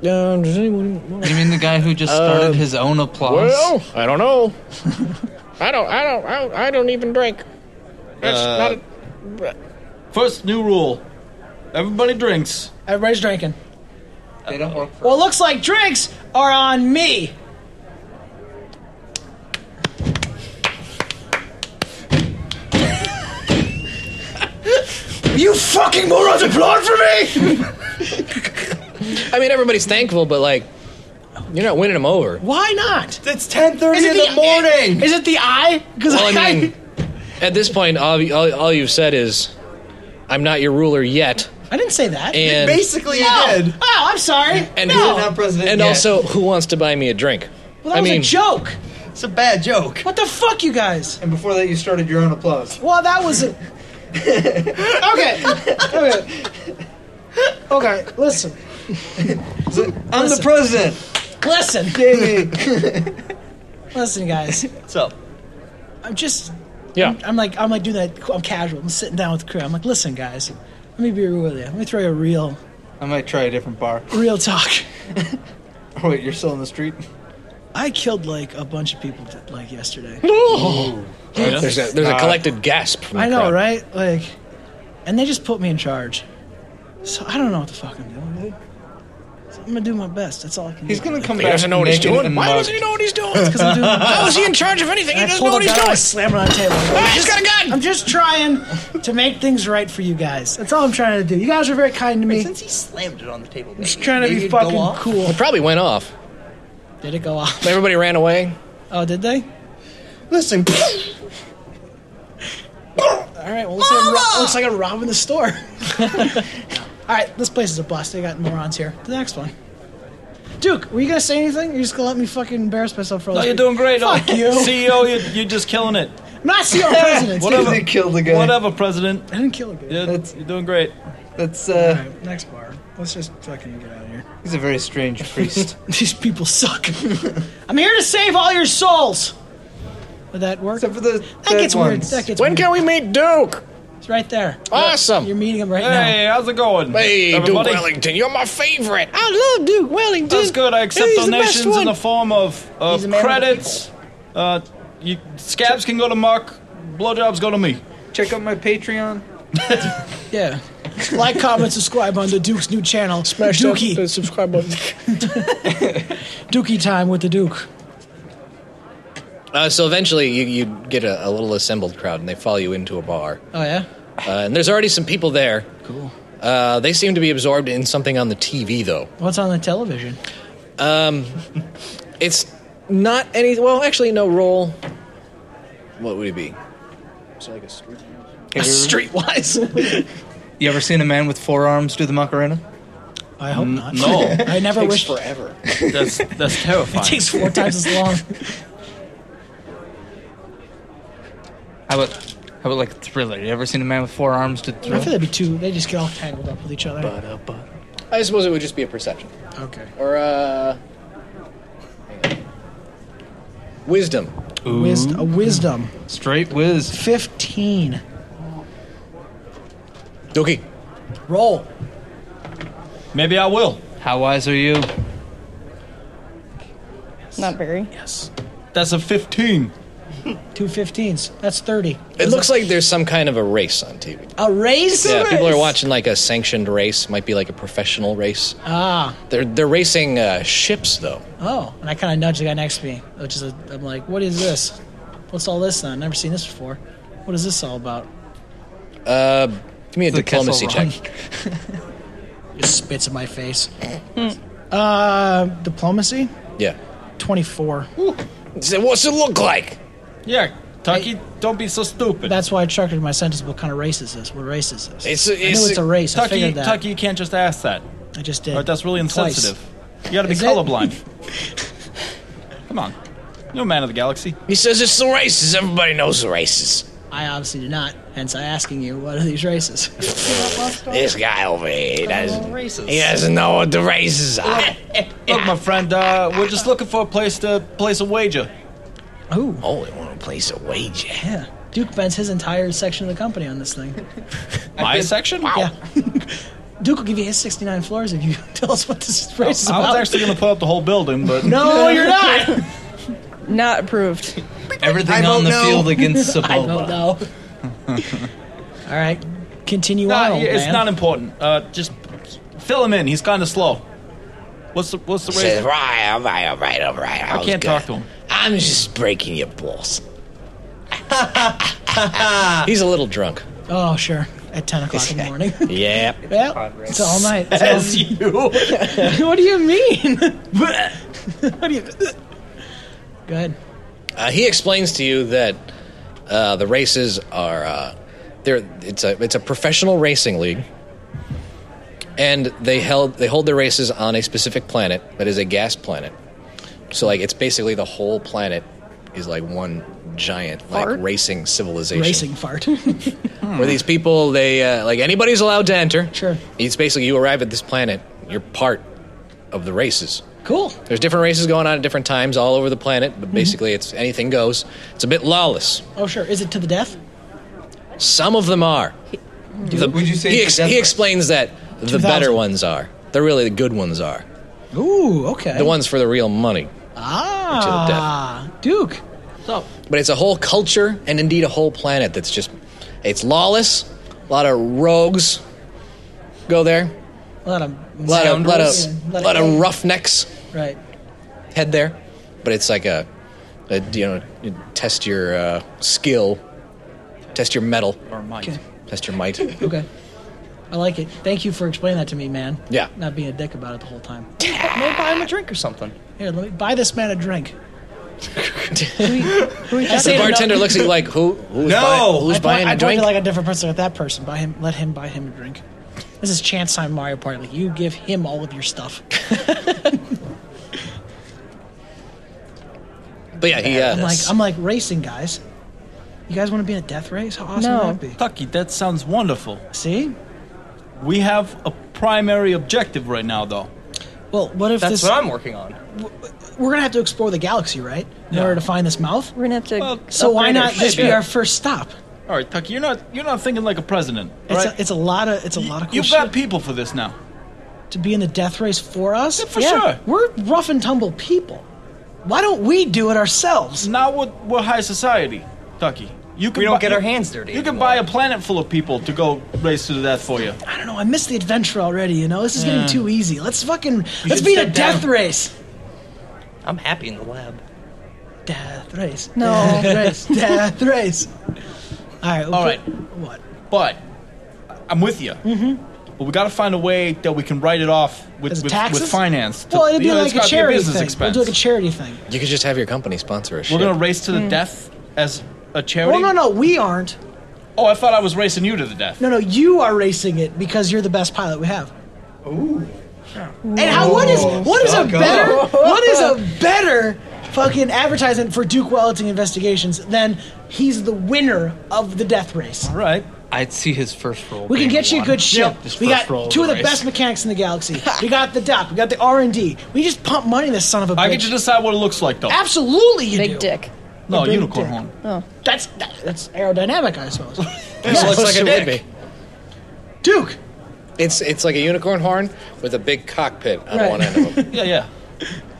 H: You mean the guy who just started his own applause?
A: Well, I don't know. I don't. I don't. I don't, I don't even drink.
E: Uh,
A: not
E: First new rule: everybody drinks.
C: Everybody's drinking.
H: They don't work.
C: Well, it looks like drinks are on me.
A: You fucking morons applaud for me! I mean, everybody's thankful, but like, you're not winning them over.
C: Why not?
L: It's ten
A: Is
L: thirty
A: it
L: in
A: the-
L: the, morning.
C: Is it the eye? Because
A: Well, I mean, at this point, all, all, all you've said is, "I'm not your ruler yet."
C: I didn't say that.
A: And
C: no. Oh, I'm sorry.
A: And
C: no.
A: who, And also, who wants to buy me a drink?
C: Well, that
A: I
C: was
A: mean,
C: a joke.
L: It's a bad joke.
C: What the fuck, you guys?
O: And before that, you started your own applause.
C: Well, that was a. okay. Okay. Okay. Listen.
O: I'm the
C: Listen.
O: president.
C: Listen. Listen, guys.
L: What's up?
C: I'm just.
A: Yeah.
C: I'm, I'm like I'm like doing that. I'm casual. I'm sitting down with the crew. I'm like, listen, guys. Let me be real with you. Let me throw you a real,
O: I might try a different bar.
C: real talk.
O: Oh, wait, you're still in the street?
C: I killed like a bunch of people like yesterday.
A: There's a there's a collected gasp. From the
C: Uh, I know,
A: crowd.
C: right? Like, and they just put me in charge. So I don't know what the fuck I'm doing, dude. So I'm gonna do my best. That's all I can do.
H: He's gonna come He
C: Like,
H: back doesn't know what he's naked doing. and Why mugged. doesn't he
A: know what he's doing?
C: It's 'cause I'm doing my
A: How is
C: best.
A: he in charge of anything? He
C: And I
A: doesn't know
C: pulled
A: what
C: a
A: he's
C: gun,
A: doing.
C: I slammed it on the table.
A: Ah, he's got
C: a gun. I'm just trying to make things right for you guys. That's all I'm trying to do. You guys are very kind to me.
L: Since he slammed it on the table,
C: I'm just trying to
L: maybe
C: be
L: it'd go
C: fucking
L: off.
C: cool.
A: It probably went off.
C: Did it go off?
A: Everybody ran away.
C: Oh, did they?
L: Listen.
C: All right. Well, looks like, I'm ro- looks like I'm robbing the store. All right, this place is a bust. They got morons here. The next one. Duke, were you gonna say anything? You're just gonna let me fucking embarrass myself for all
E: No,
C: these
E: you're
C: people?
E: doing great.
C: Fuck
E: Oh,
C: you.
E: CEO, you're, you're just killing it.
C: I'm not CEO president.
E: Whatever.
C: dude.
E: Whatever, president.
C: I didn't kill a guy.
E: You're, you're doing great.
H: That's
C: All
H: uh.
C: right, next bar. Let's just fucking get out of here.
H: He's a very strange priest.
C: These people suck. I'm here to save all your souls. Would that work? Except
H: for the
C: that gets weird. That gets
A: when
C: weird.
A: can we meet Duke?
C: It's right there.
A: Awesome.
C: You're meeting him right
E: Hey, how's it going?
A: Hey,
E: everybody?
A: Duke Wellington, you're my favorite. Ah.
C: I love Duke Wellington.
E: That's good. I accept
A: He's the best
E: donations in
A: one.
E: the form of, of
A: He's a man of the
E: credits. Uh, you, scabs can go to Mark. Blowjobs go to me.
H: Check out my Patreon.
C: now. Yeah. like, comment, subscribe on the Duke's new channel. Smash
H: that-
C: Dookie. subscribe button. Dookie time with the Duke.
A: Uh, so eventually, you, you get a, a little assembled crowd, and they follow you into a bar.
C: Oh yeah.
A: Uh, and there's already some people there. Cool. Uh, they seem to be absorbed in something on the TV, though.
C: What's on the television?
A: Um, it's not any. Well, actually, no. Roll. What would it be? It's like a street.
H: Have you ever-
C: Streetwise.
H: You ever seen a man with four arms do the Macarena?
C: I hope not.
H: no.
C: I never
H: Takes
C: wish
A: forever.
E: That's that's terrifying.
C: It takes four times as long.
H: How about how about like Thriller? You ever seen a man with four arms do
C: I feel
H: Thriller?
C: that'd be too. They just get all tangled up with each other.
A: I suppose it would just be a perception.
C: Okay.
A: Or uh. Wisdom.
C: Wis-
E: Mm-hmm.
C: a wisdom.
H: Straight whiz.
C: Fifteen.
A: Dookie.
C: Roll.
E: Maybe I will.
H: How wise are you?
G: Not very.
C: Yes.
E: That's a 15.
C: Two 15s. That's 30.
A: It looks like there's some kind of a race on TV.
C: A race?
A: yeah, people are watching like a sanctioned race. Might be like a professional race.
C: Ah.
A: They're they're racing uh, ships though.
C: Oh. And I kind of nudge the guy next to me, which is, a, I'm like, what is this? What's all this then? I've never seen this before. What is this all about?
A: Uh, give me a
C: The Kessel
A: diplomacy check.
C: It spits in my face. uh, diplomacy?
A: Yeah.
C: 24.
A: So what's it look like?
E: Yeah, Taki, don't be so stupid.
C: That's why I chuckled my sentence. What kind of race is this? What race is this?
E: It's
C: I knew it's a race. I
E: Tucky,
C: figured that.
E: Tucky, you can't just ask that.
C: I just did.
E: Or that's really
C: Twice.
E: insensitive. You gotta be
C: Is it?
E: colorblind. Come on. You're a man of the galaxy.
A: He says it's the races. Everybody knows the races.
C: I obviously do not. Hence, I asking you, what are these races?
A: This guy over here, he doesn't,
E: races.
A: he doesn't know what the races are.
E: Look, my friend, uh, we're just looking for a place to place a wager.
C: Ooh.
A: Oh, we want to place a wager.
C: Yeah. Duke bends his entire section of the company on this thing.
E: My section? Wow.
C: Yeah. Duke will give you his 69 floors if you tell us what this
E: I
C: race
E: was
C: is about.
E: actually gonna put up the whole building, but
C: no, you're not.
G: Not approved.
H: Everything
G: I
H: on
G: vote
H: the
G: no.
H: field against
C: I don't
H: Sebulba.
C: know. All right. Continue on.
E: Nah,
C: old
E: it's
C: man.
E: not important. Uh, just fill him in. He's kind of slow. What's the What's the
A: He says,
E: race?
A: right, all right, all right, all right.
E: I
A: was
E: can't talk to
A: gonna-
E: him.
A: I'm just breaking your balls. He's a little drunk.
C: Oh, sure. At 10 o'clock in the morning.
A: Yeah.
C: Well, it's all night.
E: As
C: It's
E: you.
C: all- what do you mean? what do you. Go ahead.
A: Uh, he explains to you that uh, the races are uh, they're, it's a it's a professional racing league, and they held they hold their races on a specific planet that is a gas planet. So like it's basically the whole planet is like one giant
C: Fart?
A: like racing civilization
C: Racing fart.
A: where these people they uh, like anybody's allowed to enter.
C: Sure.
A: It's basically you arrive at this planet, you're part of the races.
C: Cool.
A: There's different races going on at different times all over the planet, but basically it's anything goes. It's a bit lawless.
C: Oh, sure. Is it to the death?
A: Some of them are. The-
H: Would you say
A: he,
H: it's a death
A: he
H: race?
A: explains that the
C: 2000.
A: better ones are. The really the good ones are.
C: Ooh, okay.
A: The ones for the real money.
C: Ah.
A: to the death.
C: Ah, Duke.
H: So,
A: But it's a whole culture and indeed a whole planet that's just it's lawless. A lot of rogues go there.
C: a lot of
A: A lot of lot of, lot of roughnecks
C: Right.
A: head there. But it's like a, a you know you test your uh, skill, test your metal or might,
C: Okay.
A: test your might.
C: Okay. I like it. Thank you for explaining that to me, man.
A: Yeah.
C: Not being a dick about it the whole time.
J: Maybe buy him a drink or something.
C: Here, let me buy this man a drink.
A: the bartender looks at you like who who's buying, who's
C: I
A: buying
C: I
A: a drink?
C: pointed like a different person at that person. Buy him. Let him buy him a drink. This is chance time Mario Party. Like you give him all of your stuff.
A: but yeah, he uh,
C: I'm like I'm like racing guys. You guys want to be in a death race? How awesome
E: No.
C: would that be?
E: Tucky, that sounds wonderful.
C: See?
E: We have a primary objective right now, though.
C: Well, what if
E: That's
C: this?
E: what I'm working on.
C: We're gonna have to explore the galaxy, right? In
E: Yeah.
C: order to find this mouth. We're
G: gonna have to.
C: so why
E: upgrade our
C: not this
E: ship.
C: be our first stop?
E: All right, Tucky, you're not you're not thinking like a president. all
C: It's,
E: right?
C: a, it's a lot of it's a lot of cool
E: You've
C: shit
E: got people for this now.
C: to be in the death race for us.
E: for sure.
C: We're rough and tumble people. Why don't we do it ourselves?
E: Now we're, we're high society, Tucky. You can
C: We don't
E: buy-
C: get our
J: hands dirty
E: You can buy a planet full of people to go race to the death for you.
C: I don't know. I missed the adventure already. You know, this is getting
E: Yeah.
C: too easy. Let's fucking let's
E: should
C: beat a
E: step
C: death
E: down.
C: race.
J: I'm happy in the lab.
C: Death race.
J: No.
C: Death race. Death race. All right.
E: All right.
C: What?
E: But I'm with you. Mm-hmm. But we got to find a way that we can write it off with
C: As
E: with,
C: taxes?
E: with finance. to-
C: well, it'd be
E: you know, it's
C: like a
E: gotta be
C: charity
E: business
C: thing.
E: expense.
C: We'll do like a charity thing.
A: you could just have your company sponsor a
E: We're
A: ship.
E: gonna race to the
C: Mm.
E: death as a charity.
C: Well, no, no, we aren't.
E: Oh, I thought I was racing you to the death.
C: No, no, you are racing it because you're the best pilot we have.
E: Ooh.
C: And how what is what is a
E: Suck up.
C: better what is a better fucking advertisement for Duke Wellington Investigations than he's the winner of the death race?
E: All right.
H: I'd see his first roll.
C: We can
H: being
C: get you a
H: one.
C: good ship.
H: His
C: We
H: first
C: got
H: roll of
C: two of the
H: race.
C: best mechanics in the galaxy. we got the doc. We got the R and D. We just pump money in this son of a bitch.
E: I get to decide what it looks like, though.
C: Absolutely, you big
G: dick.
E: No,
C: Big
E: unicorn
C: dick.
E: horn.
G: Oh,
C: that's that, that's aerodynamic, I suppose.
A: This looks like it
C: dick.
A: would be.
C: Duke.
A: It's it's like a unicorn horn with a big cockpit on
C: Right.
A: one end of them.
E: yeah, yeah.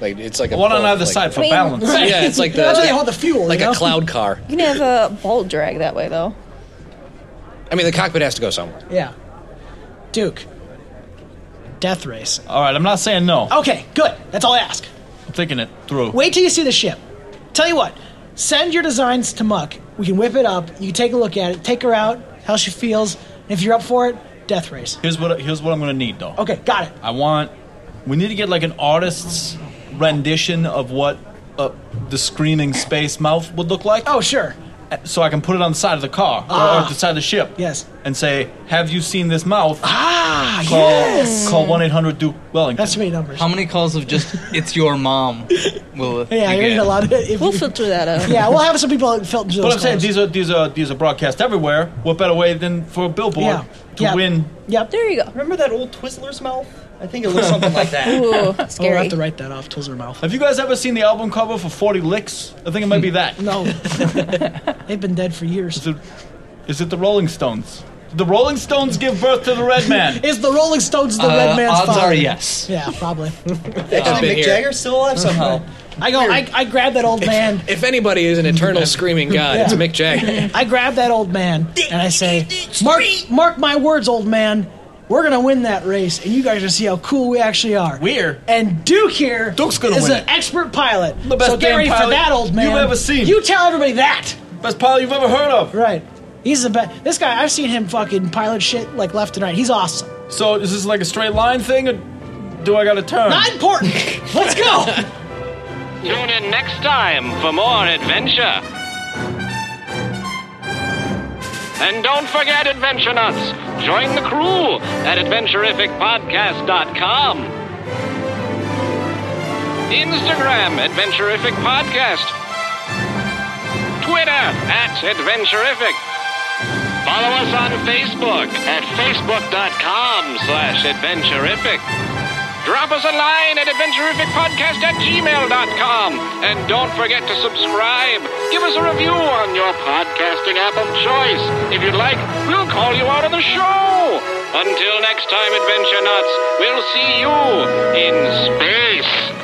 A: Like it's like a
E: One on
A: boat,
E: either
A: like-
E: side for Wait. balance.
C: Right.
A: Yeah, it's like the
C: That's where they hold the fuel,
A: like
C: you know?
A: a cloud car.
G: you can have a bolt drag that way though.
A: I mean, the cockpit has to go somewhere.
C: Yeah. Duke. Death race.
E: All right, I'm not saying no.
C: Okay, good. That's all I ask.
E: I'm thinking it through.
C: Oh. Wait till you see the ship. Tell you what, send your designs to Muck. We can whip it up. You can take a look at it. Take her out. How she feels. And if you're up for it, death race.
E: Here's what here's what I'm gonna need though.
C: Okay, got it.
E: I want. We need to get like an artist's rendition of what uh, the screaming space mouth would look like.
C: Oh sure.
E: So I can put it on the side of the car
C: Ah.
E: or the side of the ship.
C: Yes.
E: And say, "Have you seen this mouth?"
C: Ah,
E: call,
C: yes.
E: Call one eight hundred Duke Wellington. That's
C: me numbers.
H: How many calls of just "It's your mom" will?
C: Yeah,
H: you
C: you're
H: get?
C: gonna lot of it. If
G: We'll filter that out.
C: yeah, we'll have some people filter those.
E: But I'm saying
C: calls.
E: these are these are these are broadcast everywhere. What better way than for a billboard
C: Yeah.
E: to
C: Yeah.
E: win?
C: Yep.
G: There you go.
J: Remember that old Twizzler's mouth? I think it looks something like that.
C: Oh, we'll have to write that off. Tools her mouth.
E: Have you guys ever seen the album cover for Forty Licks? I think it might be that.
C: Hmm. No. They've been dead for years. Is
E: it, is it the Rolling Stones? Did the Rolling Stones give birth to the Red Man?
C: Is the Rolling Stones the
E: Uh,
C: Red Man's
E: odds
C: father?
E: are yes.
C: Yeah, probably.
A: Actually, Mick here. Jagger's
J: still alive
A: somehow.
C: I go. I, I grab that old man.
A: If anybody is an eternal screaming god, it's
C: Yeah.
A: Mick Jagger.
C: I grab that old man and I say, "Mark, mark my words, old man. We're gonna win that race, and you guys are gonna see how cool we actually are."
E: We're
C: and Duke here.
E: Duke's gonna
C: is
E: win
C: an
E: it.
C: expert pilot.
E: The best
C: so get
E: damn
C: ready for
E: pilot
C: that, old
E: you've
C: man.
E: ever seen.
C: You tell everybody that.
E: Best pilot you've ever heard of.
C: Right. He's the best. This guy, I've seen him fucking pilot shit like left and right. He's awesome.
E: So is this like a straight line thing, or do I got to turn?
C: Not important. Let's go.
P: Tune in next time for more adventure. And don't forget, Adventure Nuts! Join the crew at AdventurificPodcast.com. Instagram, Adventurific Podcast. Twitter, at Adventurific. Follow us on Facebook at Facebook.com slash Adventurific. Drop us a line at adventurificpodcast at gmail.com. And don't forget to subscribe. Give us a review on your podcasting app of choice. If you'd like, we'll call you out on the show. Until next time, Adventure Nuts, we'll see you in space.